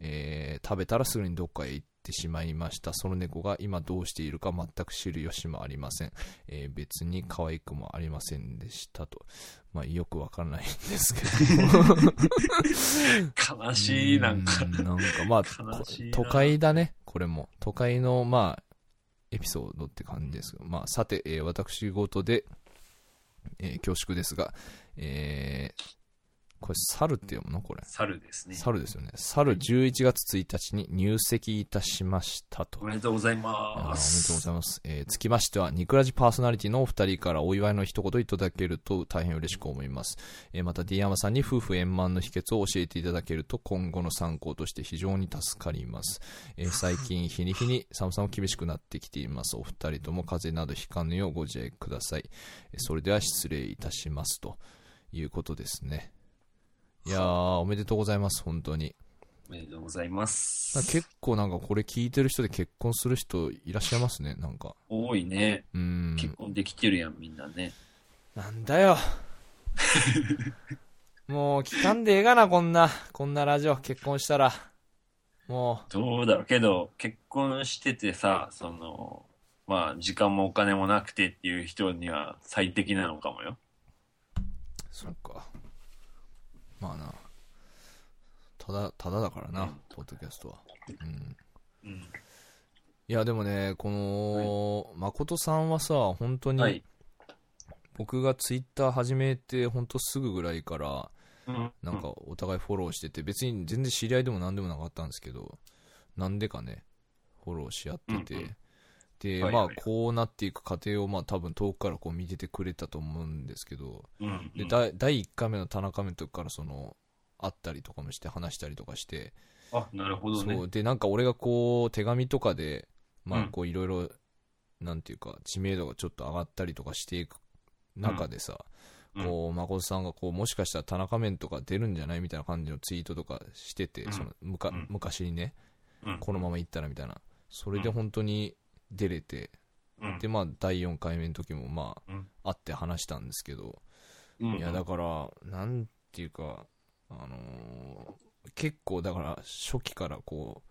Speaker 1: えー食べたらすぐにどっかへ行ってしまいました。その猫が今どうしているか全く知る由もありません。えー別に可愛くもありませんでしたと。まあ、よくわかんないんですけど。
Speaker 2: 悲しい、なんか
Speaker 1: う。んなんかまあ、
Speaker 2: *laughs* 悲しいな
Speaker 1: 都会だね、これも。都会の、まあ、エピソードって感じですけど、まあ、さて、えー私事で、えー恐縮ですが、えーこれ、猿って読むのこれ。
Speaker 2: 猿ですね。
Speaker 1: 猿ですよね。猿11月1日に入籍いたしましたと。
Speaker 2: おめでとうござい
Speaker 1: あーおめ
Speaker 2: ま
Speaker 1: でとうご
Speaker 2: す。
Speaker 1: ざいます。えーつきましては、ニクラジパーソナリティのお二人からお祝いの一言いただけると大変嬉しく思います。えーまた、D 山さんに夫婦円満の秘訣を教えていただけると今後の参考として非常に助かります。えー最近、日に日に寒さも厳しくなってきています。お二人とも風邪などひかぬようご自愛ください。えーそれでは失礼いたします。ということですね。いやー、おめでとうございます、本当に。
Speaker 2: おめでとうございま
Speaker 1: なんか
Speaker 2: す。
Speaker 1: 結構なんかこれ聞いてる人で結婚する人いらっしゃいますね、なんか。
Speaker 2: 多いね。
Speaker 1: うーん。
Speaker 2: 結婚できてるやん、みんなね。
Speaker 1: なんだよ。 *laughs* もう聞かんでええがな、こんな。こんなラジオ、結婚したら。も
Speaker 2: どうだろうけど、結婚しててさ、その、まあ、時間もお金もなくてっていう人には最適なのかもよ。
Speaker 1: う。そっか。まあな。ただ、ただだからな、ポッドキャストは。うん。
Speaker 2: うん。
Speaker 1: いや、でもね、この、誠さんはさ、本当
Speaker 2: は
Speaker 1: に
Speaker 2: い、。
Speaker 1: 僕がツイッター始めて、本当すぐぐらいから、
Speaker 2: うん。
Speaker 1: なんかお互いフォローしてて、別に全然知り合いでも何でもなかったんですけど、なんでかね、フォローし合ってて、
Speaker 2: うんうん
Speaker 1: で、
Speaker 2: はいはい
Speaker 1: まあ、こうなっていく過程を、まあ、多分遠くからこう見ててくれたと思うんですけど、
Speaker 2: うん、うん。
Speaker 1: で、だ第1回目の田中目の時から、その、会ったりとかもして、話したりとかして、
Speaker 2: あ、なるほどね。
Speaker 1: そうで、なんか俺がこう、手紙とかで、ま
Speaker 2: う
Speaker 1: あ、
Speaker 2: ん
Speaker 1: こう、いろいろ、なんていうか、知名度がちょっと上がったりとかしていく中でさ、
Speaker 2: うん
Speaker 1: こう、誠さんがこう、もしかしたら田中面とか出るんじゃないみたいな感じのツイートとかしてて、
Speaker 2: うん
Speaker 1: そのむか
Speaker 2: うん
Speaker 1: 昔にね、
Speaker 2: うん
Speaker 1: このまま行ったらみたいな。それで本当に出れて、
Speaker 2: うん
Speaker 1: で、まあ、第4回目の時も、まあ、
Speaker 2: うん
Speaker 1: 会って話したんですけど、
Speaker 2: うん
Speaker 1: いや、だから、なんていうか、あのー結構、だから、初期からこ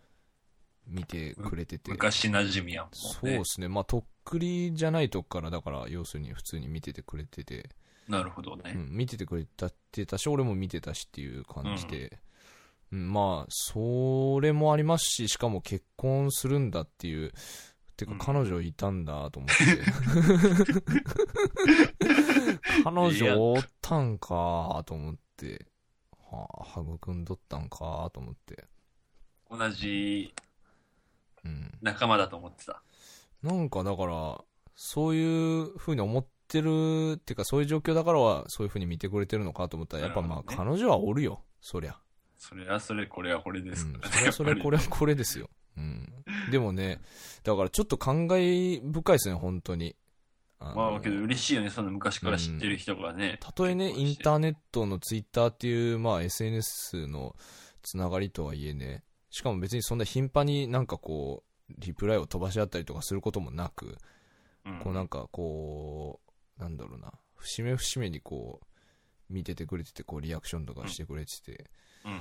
Speaker 1: う、見てくれてて。
Speaker 2: 昔馴染みやもんね。
Speaker 1: そうですね。まあ、とっくりじゃないとこから、だから、要するに普通に見ててくれてて、
Speaker 2: なるほど
Speaker 1: う
Speaker 2: ね。
Speaker 1: ん、見ててくれたってたし、俺も見てたしっていう感じで、うんまあ、それもありますし、しかも結婚するんだっていう、てか
Speaker 2: うん
Speaker 1: 彼女いたんだと思っ
Speaker 2: *laughs*
Speaker 1: て。彼
Speaker 2: いや
Speaker 1: 女おったんかと思って、はあ、育んどったんかと思って。
Speaker 2: 同じ
Speaker 1: うん。
Speaker 2: 仲間だと思ってた。
Speaker 1: なんかだから、そういう風に思ってる、ってかそういう状況だからは、そういう風に見てくれてるのかと思ったら、やっぱまあ
Speaker 2: なるほ
Speaker 1: 彼女はおるよ、そりゃ。
Speaker 2: それはそれ、これはこれですからね。
Speaker 1: うん、それはそれこ
Speaker 2: れ。
Speaker 1: れはこれですよ、うん、でもねだからちょっと感慨深いですね本当にあの
Speaker 2: まあ、けど嬉しいよね。その昔から知ってる人がね。
Speaker 1: たとえね
Speaker 2: 結婚
Speaker 1: イ
Speaker 2: し
Speaker 1: ン
Speaker 2: て
Speaker 1: ターネットのツイッターっていう、まあ、SNS のつながりとはいえねしかも別にそんな頻繁になんかこうリプライを飛ばし合ったりとかすることもなく、
Speaker 2: うん
Speaker 1: こうなんかこうなんだろうな節目節目にこう見ててくれててこうリアクションとかしてくれてて、
Speaker 2: うん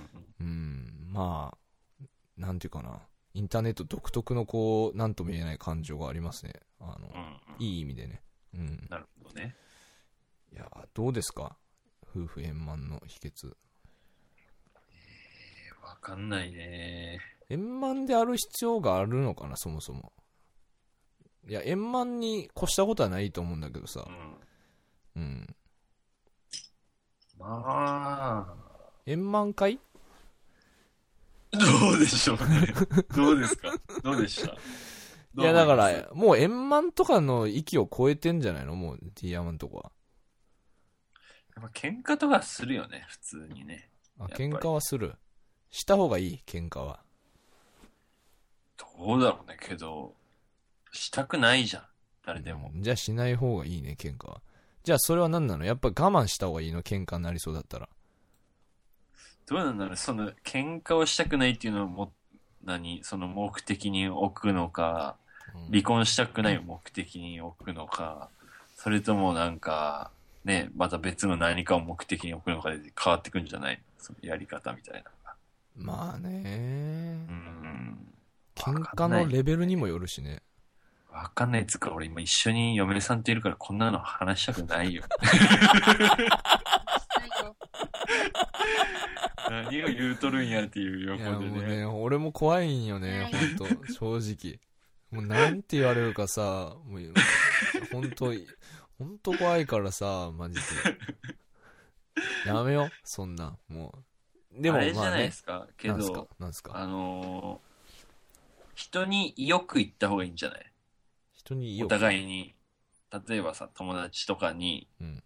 Speaker 1: うん、まあ、なんていうかな、インターネット独特のこう、なんとも言えない感情がありますね。あの、
Speaker 2: うんうんうん
Speaker 1: いい意味でね。うん。
Speaker 2: なるほどね。
Speaker 1: いや、どうですか夫婦円満の秘訣。
Speaker 2: わかんないね。
Speaker 1: 円満である必要があるのかな、そもそも。いや、円満に越したことはないと思うんだけどさ
Speaker 2: う。ん。
Speaker 1: うん。
Speaker 2: まあ、
Speaker 1: 円満かい
Speaker 2: どうでしょう
Speaker 1: *laughs*
Speaker 2: ね。どうですかどうでした
Speaker 1: いや、だか、
Speaker 2: どう思い
Speaker 1: ら、もう円満とかの域を超えてんじゃないのもう、ティーヤマンとかは。
Speaker 2: ますやっぱ喧嘩とかするよね、普通にね。
Speaker 1: あ、
Speaker 2: やっぱり
Speaker 1: 喧嘩はする。した方がいい、喧嘩は。
Speaker 2: どうだろうね、けど、したくないじゃん、誰でも。
Speaker 1: じゃあしない方がいいね、喧嘩は。じゃあそれは何なのやっぱ我慢した方がいいの喧嘩になりそうだったら。
Speaker 2: どうなんだろう、その、喧嘩をしたくないっていうのはも、何、その目的に置くのか、離婚したくない目的に置くのか、それともなんか、ね、また別の何かを目的に置くのかで変わってくんじゃないそのやり方みたいな。
Speaker 1: まあ
Speaker 2: う
Speaker 1: ね。
Speaker 2: ん。
Speaker 1: 喧嘩のレベルにもよるしね。
Speaker 2: わかんないっつうか、俺今一緒に嫁さんといるからこんなの話したくな
Speaker 1: *laughs*
Speaker 2: いよ。
Speaker 3: ないよ。
Speaker 2: 何を言うとるんやっていう
Speaker 1: い
Speaker 2: 横
Speaker 1: やも
Speaker 2: で
Speaker 1: う
Speaker 2: ね。
Speaker 1: ね、俺も怖いんよね、ほんと、正直。もうなんて言われるかさ、もう、ほんと、ほんと怖いからさ、マジで。やめよ、そんな、もう。でも
Speaker 2: あれじ
Speaker 1: ま
Speaker 2: ゃ
Speaker 1: あ
Speaker 2: ない
Speaker 1: ね
Speaker 2: で、すか、け
Speaker 1: なんすか
Speaker 2: ど、、
Speaker 1: なんすか。
Speaker 2: あのー人によく言った方がいいんじゃない
Speaker 1: 人に言お
Speaker 2: お
Speaker 1: う。
Speaker 2: 互いに、例えばさ、友達とかに、
Speaker 1: うん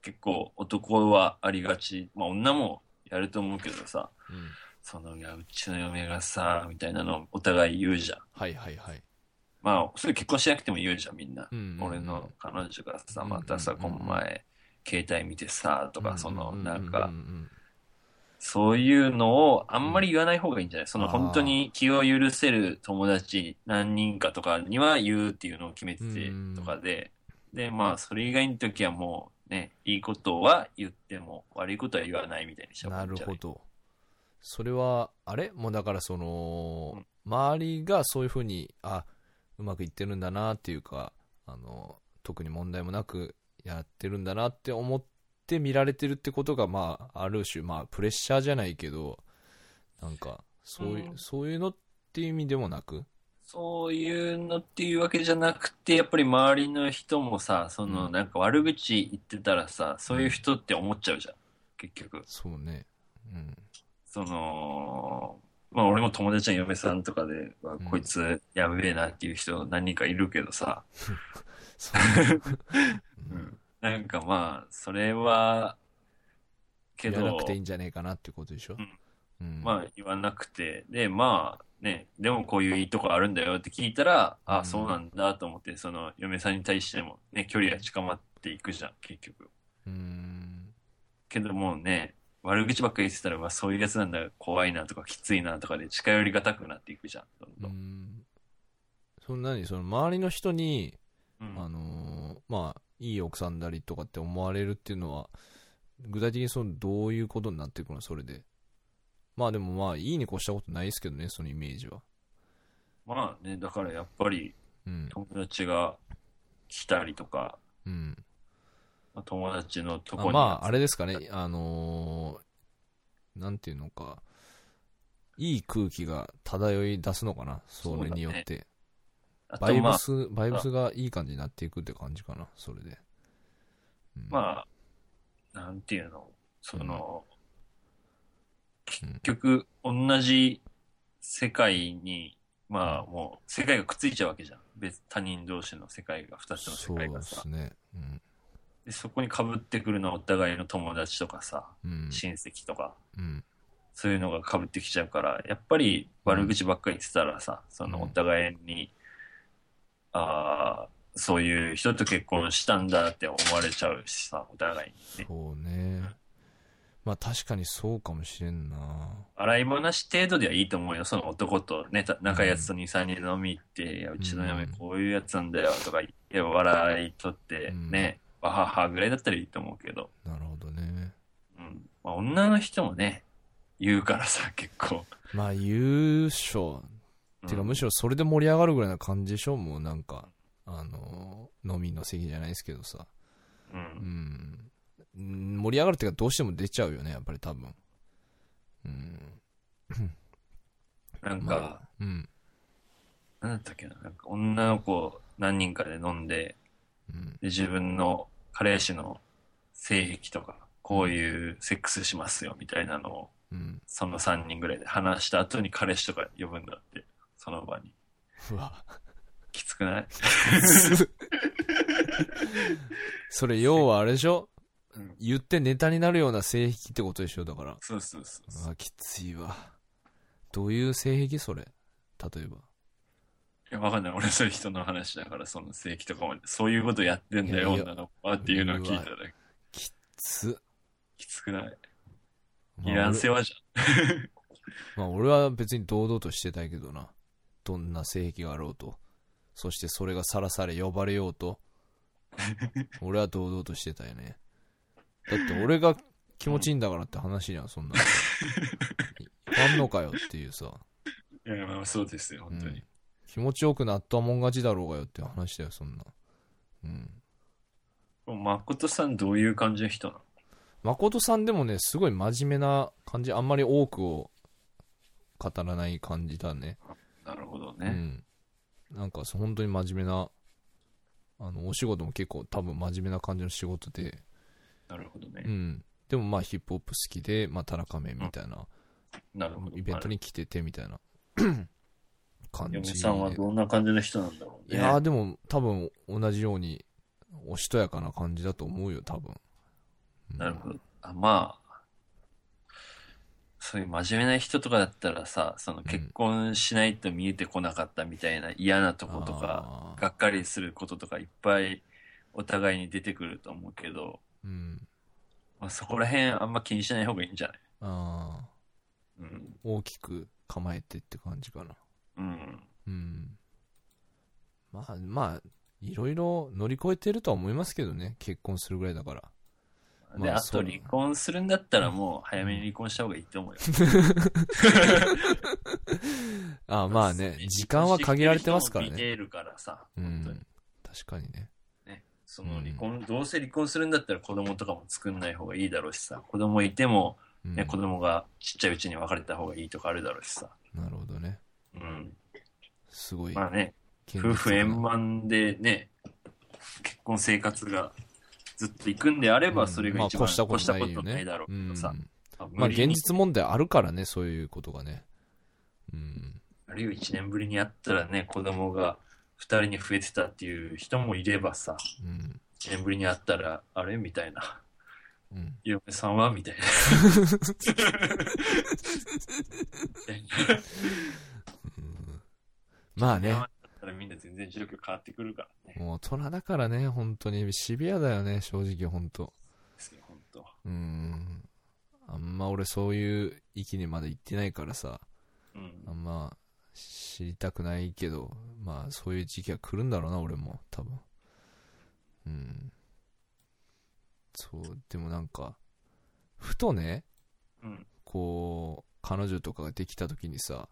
Speaker 2: 結構男はありがち、まあ女もやると思うけどさ、
Speaker 1: うん
Speaker 2: その、いや、うちの嫁がさ、みたいなのをお互い言うじゃん。
Speaker 1: はいはいはい。
Speaker 2: まあ、それ結婚しなくても言うじゃん、みんな。
Speaker 1: うんうんうん
Speaker 2: 俺の彼女がさ、また
Speaker 1: う
Speaker 2: さ、
Speaker 1: んうんう
Speaker 2: こ
Speaker 1: んうん
Speaker 2: の前、携帯見てさ、とか、その、なん
Speaker 1: う
Speaker 2: か
Speaker 1: う、ん
Speaker 2: そういうのをあんまり言わない方がいいんじゃないその本当に気を許せる友達何人かとかには言うっていうのを決めてて
Speaker 1: うん
Speaker 2: とかで、で、まあそれ以外の時はもうね、いいことは言っても悪いことは言わないみたいにし
Speaker 1: う
Speaker 2: た
Speaker 1: んな
Speaker 2: 方がいいん
Speaker 1: る
Speaker 2: じゃな
Speaker 1: ほ
Speaker 2: い
Speaker 1: ど。それは、あれもうだからその、周りがそういうふうに、あ、うまくいってるんだなっていうか、あの、特に問題もなくやってるんだなって思って見られてるってことが、まあ、ある種、まあ、プレッシャーじゃないけど、なんか、そういう、
Speaker 2: うん
Speaker 1: そういうのっていう意味でもなく、
Speaker 2: そういうのっていうわけじゃなくて、やっぱり周りの人もさ、そ
Speaker 1: う
Speaker 2: の
Speaker 1: ん
Speaker 2: なんか悪口言ってたらさ、そういう人って思っちゃうじゃん、結局。
Speaker 1: そうね。うん。
Speaker 2: *laughs* その、まあ俺も友達の嫁さんとかで、わこいつやべえなっていう人何人かいるけどさ、
Speaker 1: そう。
Speaker 2: なんかまあ、それは、け
Speaker 1: やらな
Speaker 2: ど
Speaker 1: く、ていいんじゃねえかなってことでしょ。うん
Speaker 2: まあ言わなくて、で、まあね、でもこういういいとこあるんだよって聞いたら、
Speaker 1: うん
Speaker 2: あ、そうなんだと思って、その嫁さんに対してもね、距離が近まっていくじゃん、結局。
Speaker 1: うん。
Speaker 2: けどもうね、悪口ばっかり言ってたら、うわそういうやつなんだ、怖いなとか、きついなとかで近寄りがたくなっていくじゃん、どん
Speaker 1: う
Speaker 2: どん。
Speaker 1: ん。そんなに、その周りの人に、
Speaker 2: うん
Speaker 1: あのーまあ、いい奥さんだりとかって思われるっていうのは、具体的にそのどういうことになっていくの、それで。まあでもまあ、いいに越したことないですけどね、そのイメージは。
Speaker 2: まあね、だからやっぱり
Speaker 1: うん。
Speaker 2: 友達が来たりとか、
Speaker 1: うん。
Speaker 2: まあ友達のと
Speaker 1: あ
Speaker 2: こに。
Speaker 1: まあ、あれですかね、あのーなんていうのか、いい空気が漂い出すのかな、それによって。
Speaker 2: あ
Speaker 1: バ
Speaker 2: と
Speaker 1: イブ
Speaker 2: まあ、
Speaker 1: ス、バイブスがいい感じになっていくって感じかな、それで。うん
Speaker 2: まあ、なんていうの、その、
Speaker 1: うん
Speaker 2: 結局、同じ世界に、まあもう、世界がくっついちゃうわけじゃん。別、他人同士の世界が、二つの世
Speaker 1: そう
Speaker 2: 界
Speaker 1: で
Speaker 2: がさ。
Speaker 1: すね。うん。
Speaker 2: でそこに被ってくるのはお互いの友達とかさ、
Speaker 1: うん。
Speaker 2: 親戚とか、
Speaker 1: うん。
Speaker 2: そういうのが被ってきちゃうから、やっぱり悪口ばっかり言ってたらさ、そのお互いに、ああ、そういう人と結婚したんだって思われちゃうしさ、お互いに、ね。
Speaker 1: そうね。まあ確かにそうかもしれんな。
Speaker 2: 洗い話程度ではいいと思うよ。その男とね、た仲いいやつと2、3人飲み行って、いやうちの嫁こういうやつなんだよとか言って、笑いとって
Speaker 1: うん
Speaker 2: ね、わははぐらいだったらいいと思うけど、
Speaker 1: なるほどね。
Speaker 2: うん。まあ女の人もね、言うからさ、結構。
Speaker 1: まあ優勝。
Speaker 2: うん
Speaker 1: てかむしろそれで盛り上がるぐらいな感じでしょもうなんか、あの、飲みの席じゃないですけどさ。
Speaker 2: う。
Speaker 1: うんん。うん盛り上がるっていうかどうしても出ちゃうよね、やっぱり多分。うん。
Speaker 2: なんか、
Speaker 1: まあ、うん。
Speaker 2: なんだったっけな、なんか女の子何人かで飲んで、
Speaker 1: うん。
Speaker 2: で自分の彼氏の性癖とか、こういうセックスしますよみたいなのを、
Speaker 1: うん。
Speaker 2: その3人ぐらいで話した後に彼氏とか呼ぶんだって、その場に。
Speaker 1: うわ。
Speaker 2: きつくない
Speaker 1: *laughs* それ要はあれでしょ
Speaker 2: うん
Speaker 1: 言ってネタになるような性癖ってことでしょだから。
Speaker 2: そうそうそうそう。
Speaker 1: あきついわどういう性癖それ例えば
Speaker 2: いや、わかんない。俺そういう人の話だから、その性癖とかまで、そういうことやってんだよ、
Speaker 1: いやいや
Speaker 2: 女の子はっていうのを聞いたら、
Speaker 1: つ
Speaker 2: きつくない。
Speaker 1: まあ
Speaker 2: いらん世話じ
Speaker 1: まあ俺は別に堂々としてたいけどな。どんな性癖があろうと。そしてそれがさらされ呼ばれようと。俺は堂々としてたよね。だって俺が気持ちいいんだからって話じゃん、そんなの。あんのかよっていうさ。
Speaker 2: いや、まあそうですよ、本当
Speaker 1: うん
Speaker 2: に。
Speaker 1: 気持ちよくなったもん勝ちだろうがよって話だよ、そんな。うん。
Speaker 2: 誠さんどういう感じの人なの
Speaker 1: 誠さんでもね、すごい真面目な感じ、あんまり多くを語らない感じだね。
Speaker 2: なるほど
Speaker 1: う
Speaker 2: ね。
Speaker 1: ん。なんか、そう本当に真面目な、あの、お仕事も結構多分真面目な感じの仕事で、
Speaker 2: なるほど
Speaker 1: う
Speaker 2: ね。
Speaker 1: ん。でもまあ、ヒップホップ好きで、まあ、タラカメみたいな、
Speaker 2: なるほど。
Speaker 1: イベントに来ててみたいな感じ
Speaker 2: 嫁
Speaker 1: で。
Speaker 2: さんはどんな感じの人なんだろう
Speaker 1: い
Speaker 2: ね。
Speaker 1: やーでも多分同じようにおしとやかな感じだと思うよ多分、うん
Speaker 2: なるほど。あまあ、そういう真面目な人とかだったらさ、その結婚しないと見えてこなかったみたいな嫌なとこと
Speaker 1: あ
Speaker 2: か、
Speaker 1: ー
Speaker 2: がっかりすることとかいっぱいお互いに出てくると思うけど、
Speaker 1: うん
Speaker 2: まあ、そこら辺あんま気にしない方がいいんじゃない
Speaker 1: あー
Speaker 2: うん。
Speaker 1: 大きく構えてって感じかな
Speaker 2: うん。
Speaker 1: うんまあまあいろいろ乗り越えてるとは思いますけどね結婚するぐらいだから
Speaker 2: で、
Speaker 1: まあ
Speaker 2: あ
Speaker 1: そ
Speaker 2: と
Speaker 1: う
Speaker 2: 離婚するんだったらもう早めに離婚した方がいいと思うよ。
Speaker 1: あーまあね時間は限られてますから
Speaker 2: 見て
Speaker 1: ね
Speaker 2: るからさ、
Speaker 1: う
Speaker 2: 本当に
Speaker 1: ん。確かにね
Speaker 2: ね、その離婚、どうせ離婚するんだったら子供とかも作んない方がいいだろうしさ、子供いても、
Speaker 1: うん
Speaker 2: ね、子供がちっちゃいうちに別れた方がいいとかあるだろうしさ。
Speaker 1: なるほどね
Speaker 2: うん。
Speaker 1: すごい
Speaker 2: まあね、
Speaker 1: 堅実だな
Speaker 2: 夫婦円満でね、結婚生活がずっと行くんであれば、それが一
Speaker 1: まあ、
Speaker 2: 番、
Speaker 1: 越したこ
Speaker 2: 越した
Speaker 1: とな
Speaker 2: こ
Speaker 1: いよ
Speaker 2: と
Speaker 1: ね
Speaker 2: ないだろうけどさ
Speaker 1: う、んま
Speaker 2: ま
Speaker 1: あ
Speaker 2: あ、
Speaker 1: 現実問題あるからね、そういうことがね。うん。
Speaker 2: あるいは1年ぶりに会ったらね、子供が2人に増えてたっていう人もいればさ、
Speaker 1: うん。
Speaker 2: 1年ぶりに会ったら、あれみたいな。
Speaker 1: うん。
Speaker 2: 嫁さんはみたいな。
Speaker 1: まあ
Speaker 2: 嫁
Speaker 1: ね
Speaker 2: さん、だったらみんな全然視力変わってくるからね。
Speaker 1: もう大人だからね、本当に。シビアだよね、正直、本当
Speaker 2: ですよ、本当。
Speaker 1: うん。あんま俺そういう域にまで行ってないからさ、
Speaker 2: うん
Speaker 1: あ。んま知りたくないけど、まあそういう時期が来るんだろうな、俺も、多分。うん。そう、でもなんか、ふとね、
Speaker 2: うん。
Speaker 1: こう、彼女とかができた時にさ、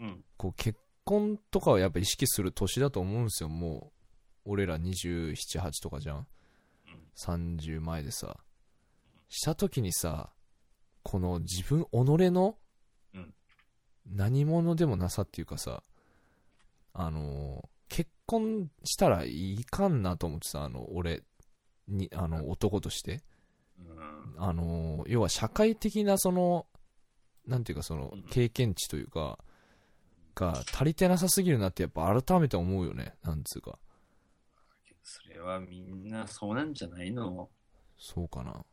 Speaker 2: うん。
Speaker 1: こう結婚とかをやっぱ意識する年だと思うんですよもう俺ら278とかじゃん30前でさした時にさこの自分己の
Speaker 2: うん
Speaker 1: 何者でもなさっていうかさあのー結婚したらいかんなと思ってさあの俺にあの男として
Speaker 2: うん。
Speaker 1: あの要は社会的なそのなんていうかその
Speaker 2: うん
Speaker 1: 経験値というかが足りてなさすぎるなってやっぱ改めて思うよねなんつうか
Speaker 2: それはみんなそうなんじゃないの
Speaker 1: そうかな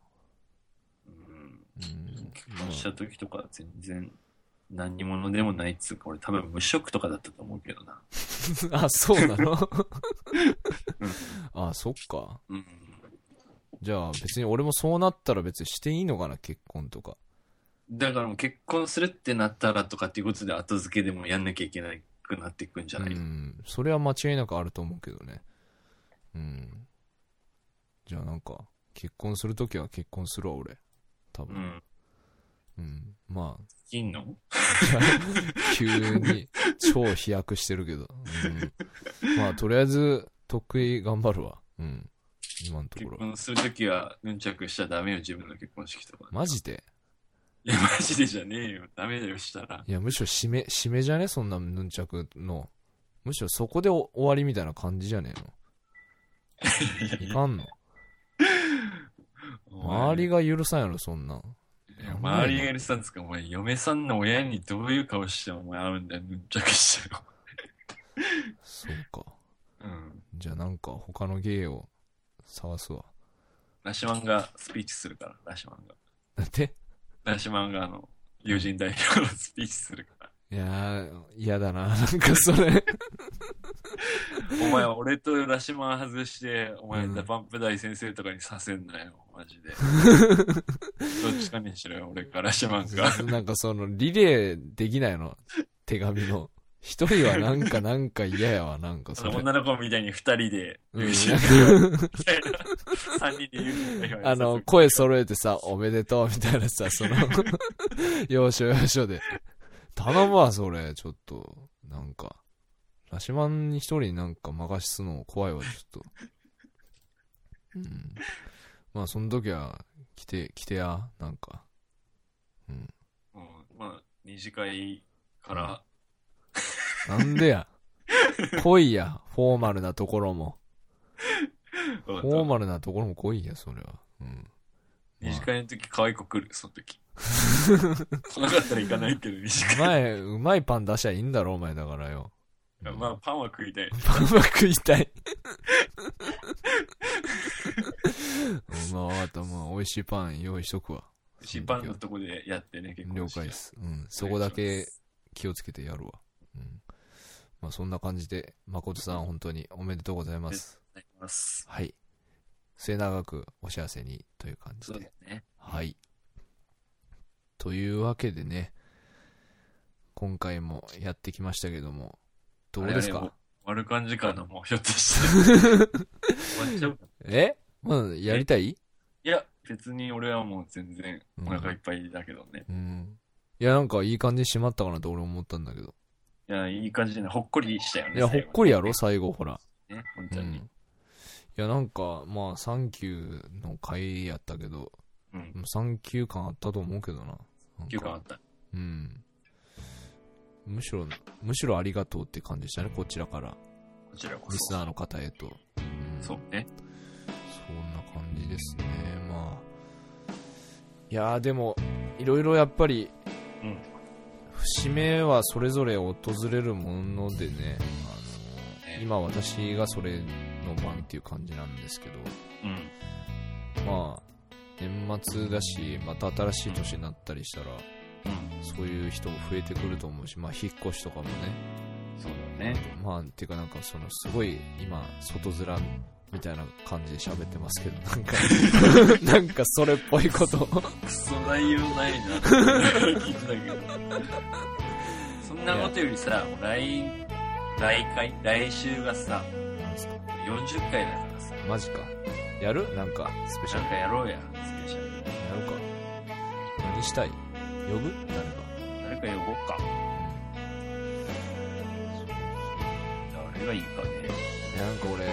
Speaker 2: う
Speaker 1: う
Speaker 2: ん。
Speaker 1: ん
Speaker 2: 結婚した時とか全然何者でもないっつうか、俺多分無職とかだったと思うけどな。
Speaker 1: まあ *laughs* あそうなの
Speaker 2: うん
Speaker 1: あそっか
Speaker 2: うん。
Speaker 1: じゃあ別に俺もそうなったら別にしていいのかな結婚とか
Speaker 2: だからもう結婚するってなったらとかっていうことで後付けでもやんなきゃいけなくなっていくんじゃない、
Speaker 1: うんそれは間違いなくあると思うけどねうんじゃあなんか結婚するときは結婚するわ俺多
Speaker 2: う
Speaker 1: 分
Speaker 2: ん。
Speaker 1: うん、まあ
Speaker 2: いいの
Speaker 1: 急に超飛躍してるけど、うん、まあとりあえず得意頑張るわ、うん、今のと
Speaker 2: 結
Speaker 1: ころ
Speaker 2: 婚するときは、ヌンチャクしちゃダメよ、自分の結婚式とか。
Speaker 1: マジで
Speaker 2: いや、マジでじゃねえよ。ダメだよ、したら。
Speaker 1: いやむしろ締め締めじゃねそんなヌンチャクのむしろそこでお終わりみたいな感じじゃねえのいかんの周り
Speaker 2: が。
Speaker 1: が許さんやろそんなん
Speaker 2: いや周りが許さんつか、お前、嫁さんの親にどういう顔してお前会うんだよ、ヌンチャクしちゃ
Speaker 1: そうか
Speaker 2: う。うん。
Speaker 1: じゃあなんか他の芸を探すわ
Speaker 2: ラシマンがスピーチするから、ラシマンが。
Speaker 1: だって
Speaker 2: ラシマンが、あの、友人代表のスピーチするから。
Speaker 1: いやー嫌だななんかそれ
Speaker 2: お前、俺とラシマン外して、お前、
Speaker 1: うん *laughs*
Speaker 2: ダパンプ大先生とかにさせんなよ、マジで。どっちかにしろよ、俺からしてなんか。
Speaker 1: *laughs* なんかその、リレーできないの。手紙の。一人はなんかなんか嫌やわ、なんかそれ。
Speaker 2: 女の子みたいに二人で、
Speaker 1: うん
Speaker 2: 友人会みたいな。三人で友人会をやる
Speaker 1: あの、声揃えてさ、おめでとうみたいなさ、その、要所要所で。頼むわ、それ、ちょっと。なんか。ラシマンに一人なんか任すの怖いわ、ちょっと。うん。まあ、その時は、来て、来てや、なんか。うん。
Speaker 2: うん、まあ、二次会から、
Speaker 1: なんでや。来いや、フォーマルなところも。
Speaker 2: わか
Speaker 1: フ
Speaker 2: った
Speaker 1: ォーマルなところも来いや、それは。うん。
Speaker 2: 二次会の時可愛い子来る、そ
Speaker 1: *laughs*
Speaker 2: の時。来なかったら行かないけど、二次
Speaker 1: う
Speaker 2: 会。
Speaker 1: まい、うまいパン出しゃいいんだろ、お前だからよ。
Speaker 2: まあ、パンは食いたい。
Speaker 1: パンは食いたい。まあ、わかった。まあ、美味しいパン用意しとくわ。
Speaker 2: シパンのとこでやってね、結構。
Speaker 1: 了解で。す。うん。そこだけ気をつけてやるわ。うん。まあ、そんな感じで、誠さん、本当におめでとうございます。
Speaker 2: ありがとうございます。
Speaker 1: はい。末永くお幸せにという感じ
Speaker 2: そう
Speaker 1: で
Speaker 2: だ。ね。
Speaker 1: はい。というわけでね、今回もやってきましたけども、どうですか
Speaker 2: あれあれ終わる感じかな、もう、ひょっと
Speaker 1: *laughs*
Speaker 2: して。終わっちゃうか
Speaker 1: えうん、やりたい
Speaker 2: いや、別に俺はもう全然
Speaker 1: うん
Speaker 2: お腹いっぱいだけどね。
Speaker 1: うん。いや、なんかいい感じに締まったかなと俺思ったんだけど。
Speaker 2: いや、いい感じでね、ほっこりしたよね。
Speaker 1: いや、ほ
Speaker 2: 最
Speaker 1: っ
Speaker 2: 後
Speaker 1: こりやろ、最後、ほら。
Speaker 2: ね、本
Speaker 1: う
Speaker 2: 当
Speaker 1: ん。
Speaker 2: に
Speaker 1: い。や、なんか、まあ、サンキューの回やったけど、
Speaker 2: うん。
Speaker 1: サンキュー感あったと思うけどな。なん
Speaker 2: 休暇あ
Speaker 1: か
Speaker 2: っ、た。
Speaker 1: うん。むしろ、むしろありがとうって感じでしたね、こちらから。
Speaker 2: こちらこ
Speaker 1: リス
Speaker 2: そ。
Speaker 1: ナーの方へと。うん
Speaker 2: そうね。
Speaker 1: そんな感じですね、まあ、いやー、でも、いろいろやっぱり、
Speaker 2: うん
Speaker 1: 節目はそれぞれ訪れるものでね、あの
Speaker 2: ね
Speaker 1: 今、私がそれの番っていう感じなんですけ
Speaker 2: う
Speaker 1: ど、
Speaker 2: ん。
Speaker 1: まあ、年末だし、また新しい年になったりしたら、
Speaker 2: うん。
Speaker 1: そういう人も増えてくると思うし、まあ、引っ越しとかもね、
Speaker 2: そうだね。
Speaker 1: まあ、ていうか、なんか、その、すごい、今、外面みたいな感じで喋ってますけど、なんか、なんか、それっぽいことを。
Speaker 2: クソ内容ないな。 *laughs* 聞いてたけど。そんなことよりさ、もう来、来回、来週がさ、40回だからさ、
Speaker 1: マジか。やるなんか、スペシャ
Speaker 2: な
Speaker 1: ル
Speaker 2: ん。かやろうや、スペシャル。
Speaker 1: やるか。何したい呼ぶ誰か。
Speaker 2: 誰か呼ぼうか。誰がいいかね。
Speaker 1: いやなんか俺、別に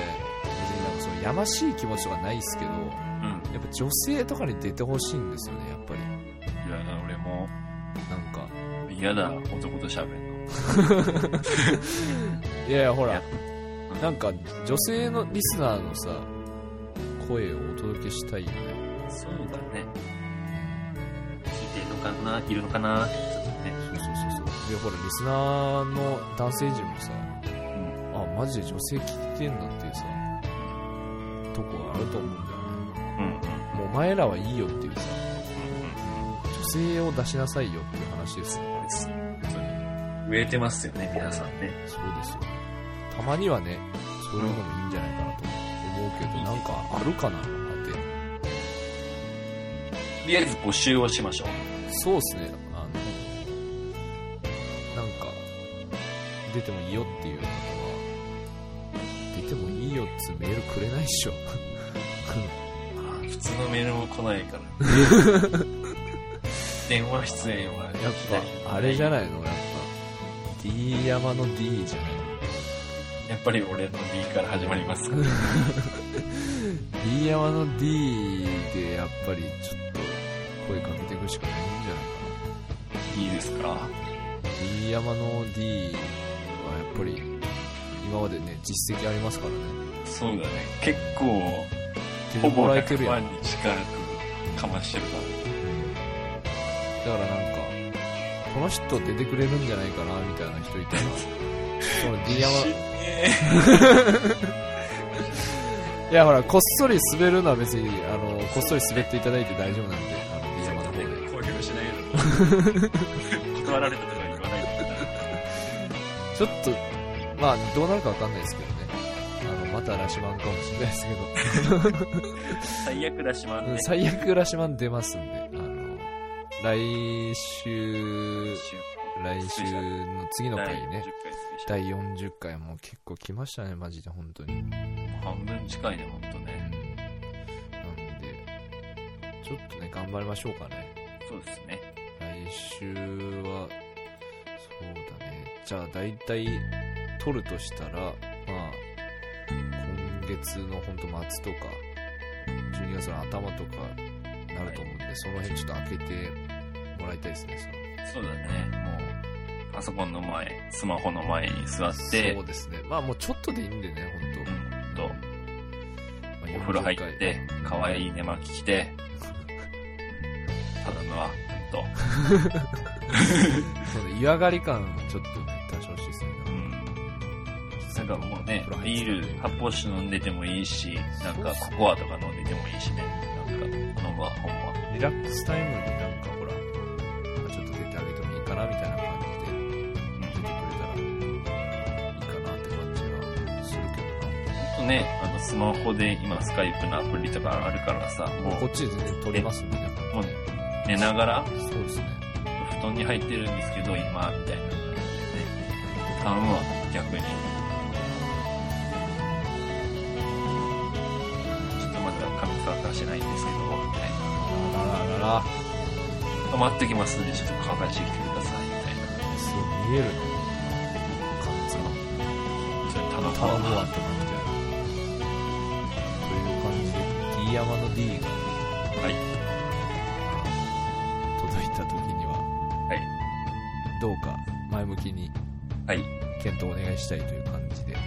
Speaker 1: なんかその、やましい気持ちとかないっすけど、
Speaker 2: うん。
Speaker 1: やっぱ女性とかに出てほしいんですよね、やっぱり。
Speaker 2: いや、俺も
Speaker 1: なんか。
Speaker 2: 嫌だ、男と喋るの。
Speaker 1: いやいや、ほら
Speaker 2: い、
Speaker 1: なんか、女性のリスナーのさ、声をお届けしたいよね。
Speaker 2: そうだね。聞いてるのかないるのかなちょっとね。
Speaker 1: そうそうそうそう。で、ほら、リスナーの男性陣もさ、あ、マジで女性聞いてんだっていうさ、とこがあると思うんだよね。
Speaker 2: うん。うん。うん
Speaker 1: もうお前らはいいよっていうさ、女性を出しなさいよっていう話ですよ。
Speaker 2: です。植えてますよね、皆さんね。
Speaker 1: そうですよ。たまにはね、そういうのもいいんじゃないかなと思うけど、なんかあるかなって。
Speaker 2: とりあえず募集をしましょう。
Speaker 1: そうですね、あの、なんか、出てもいいよっていうのとは、出てもいいよっつうメールくれないっしょ。 *laughs*
Speaker 2: 普通のメールも来ないから。
Speaker 1: *laughs*
Speaker 2: 電話出演は
Speaker 1: やっぱ、あれじゃ
Speaker 2: ない
Speaker 1: ないのやっぱ、D 山の D じゃない
Speaker 2: やっぱり俺の D から始まります
Speaker 1: *laughs*
Speaker 2: から。
Speaker 1: D 山の D でやっぱりちょっと声かけていくしかないんじゃないか
Speaker 2: いいですか
Speaker 1: な D 山の D はやっぱり今までね実績ありますからね
Speaker 2: そうだね。結構、
Speaker 1: 手
Speaker 2: ほ
Speaker 1: にも
Speaker 2: ぼ
Speaker 1: らえてるや
Speaker 2: 100
Speaker 1: ん、
Speaker 2: 万に近くかましてるか
Speaker 1: うんだからなんかこの人出てくれるんじゃないかなみたいな人 *laughs* いたらその
Speaker 2: ら。
Speaker 1: D
Speaker 2: 自信
Speaker 1: 山
Speaker 2: ね
Speaker 1: いやほらこっそり滑るのは別にあのこっそり滑っていただいて大丈夫なんであの D 山の方で
Speaker 2: *laughs* え公表しないように断られたとか *laughs* 言わないで
Speaker 1: ちょっと、まあ、どうなるかわかんないですけどね。あの、またラシマンかもしれないですけど、
Speaker 2: 最悪だしまん
Speaker 1: う
Speaker 2: ね
Speaker 1: ん。最悪ラシマン出ますんで、あの、来週、来週の次の回ね
Speaker 2: 第。40回スペシャル
Speaker 1: 第40回も結構来ましたね、マジで、本当に。うん。
Speaker 2: 半分近いね、ほんとね。
Speaker 1: なんで、ちょっとね、頑張りましょうかね。
Speaker 2: そうですね。
Speaker 1: 来週は、そうだね。じゃあ、大体、撮るとしたら、まあ、今月の本当末とか、12月の頭とか、なると思うんで、その辺ちょっと開けてもらいたいですね、その
Speaker 2: そうだね。もう、パソコンの前、スマホの前に座って、
Speaker 1: そうですね。まあもうちょっとでいいんでね、
Speaker 2: う
Speaker 1: 本
Speaker 2: ん
Speaker 1: 当。
Speaker 2: と
Speaker 1: ま、あ
Speaker 2: お風呂入っ
Speaker 1: 40
Speaker 2: て
Speaker 1: 回、
Speaker 2: 可愛い寝巻き着て、ただのは、ほん
Speaker 1: そうね、湯上がり感ちょっとね、出してほしいですね。
Speaker 2: と。うん。なんかもうね、ビール、発泡酒飲んでてもいいし、なんかココアとか飲んでてもいいしね。なんか、この場、ほんま。
Speaker 1: リラックスタイムになんかほら、まあちょっと出てあげてもいいかなみたいな感じで
Speaker 2: うん
Speaker 1: 出てくれたらいいかなって感じはするけ
Speaker 2: ほんとね、あの、スマホで今、スカイプのアプリとかあるからさ、
Speaker 1: どな。もうこ
Speaker 2: も
Speaker 1: っちで全然撮れますんでね、
Speaker 2: もうう寝ながら、
Speaker 1: そうですね。
Speaker 2: 布団に入ってるんですけど、今、みたいな感じでね。ターンは逆に。ちょっとまだ髪乾かしてないんですけど、みたいな。
Speaker 1: あらららら、
Speaker 2: 待ってきますんで、ちょっと乾かしてきてください、みたいな。
Speaker 1: すごい見えるね。完全に
Speaker 2: それ頼む
Speaker 1: 頼むわ
Speaker 2: わ
Speaker 1: っ。て感じだよという感じで D 山の D が
Speaker 2: はい。
Speaker 1: 届いた時には、
Speaker 2: はい
Speaker 1: どうか前向きに
Speaker 2: はい。
Speaker 1: 検討お願いしたいという感じで、は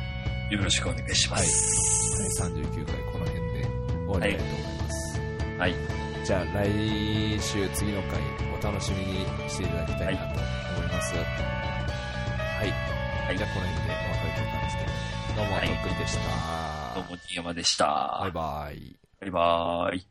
Speaker 1: い、
Speaker 2: よろしくお願いします。
Speaker 1: 39回この辺で終わりたいと思います、
Speaker 2: はい。
Speaker 1: じゃあ来週次の回お楽しみにしていただきたいなと思いますはい、
Speaker 2: はい
Speaker 1: じゃあこの辺でお別れという感じでどうも
Speaker 2: はい
Speaker 1: とっくりでした、
Speaker 2: どうも、新山でした。
Speaker 1: バイバイ
Speaker 2: バイバーイ。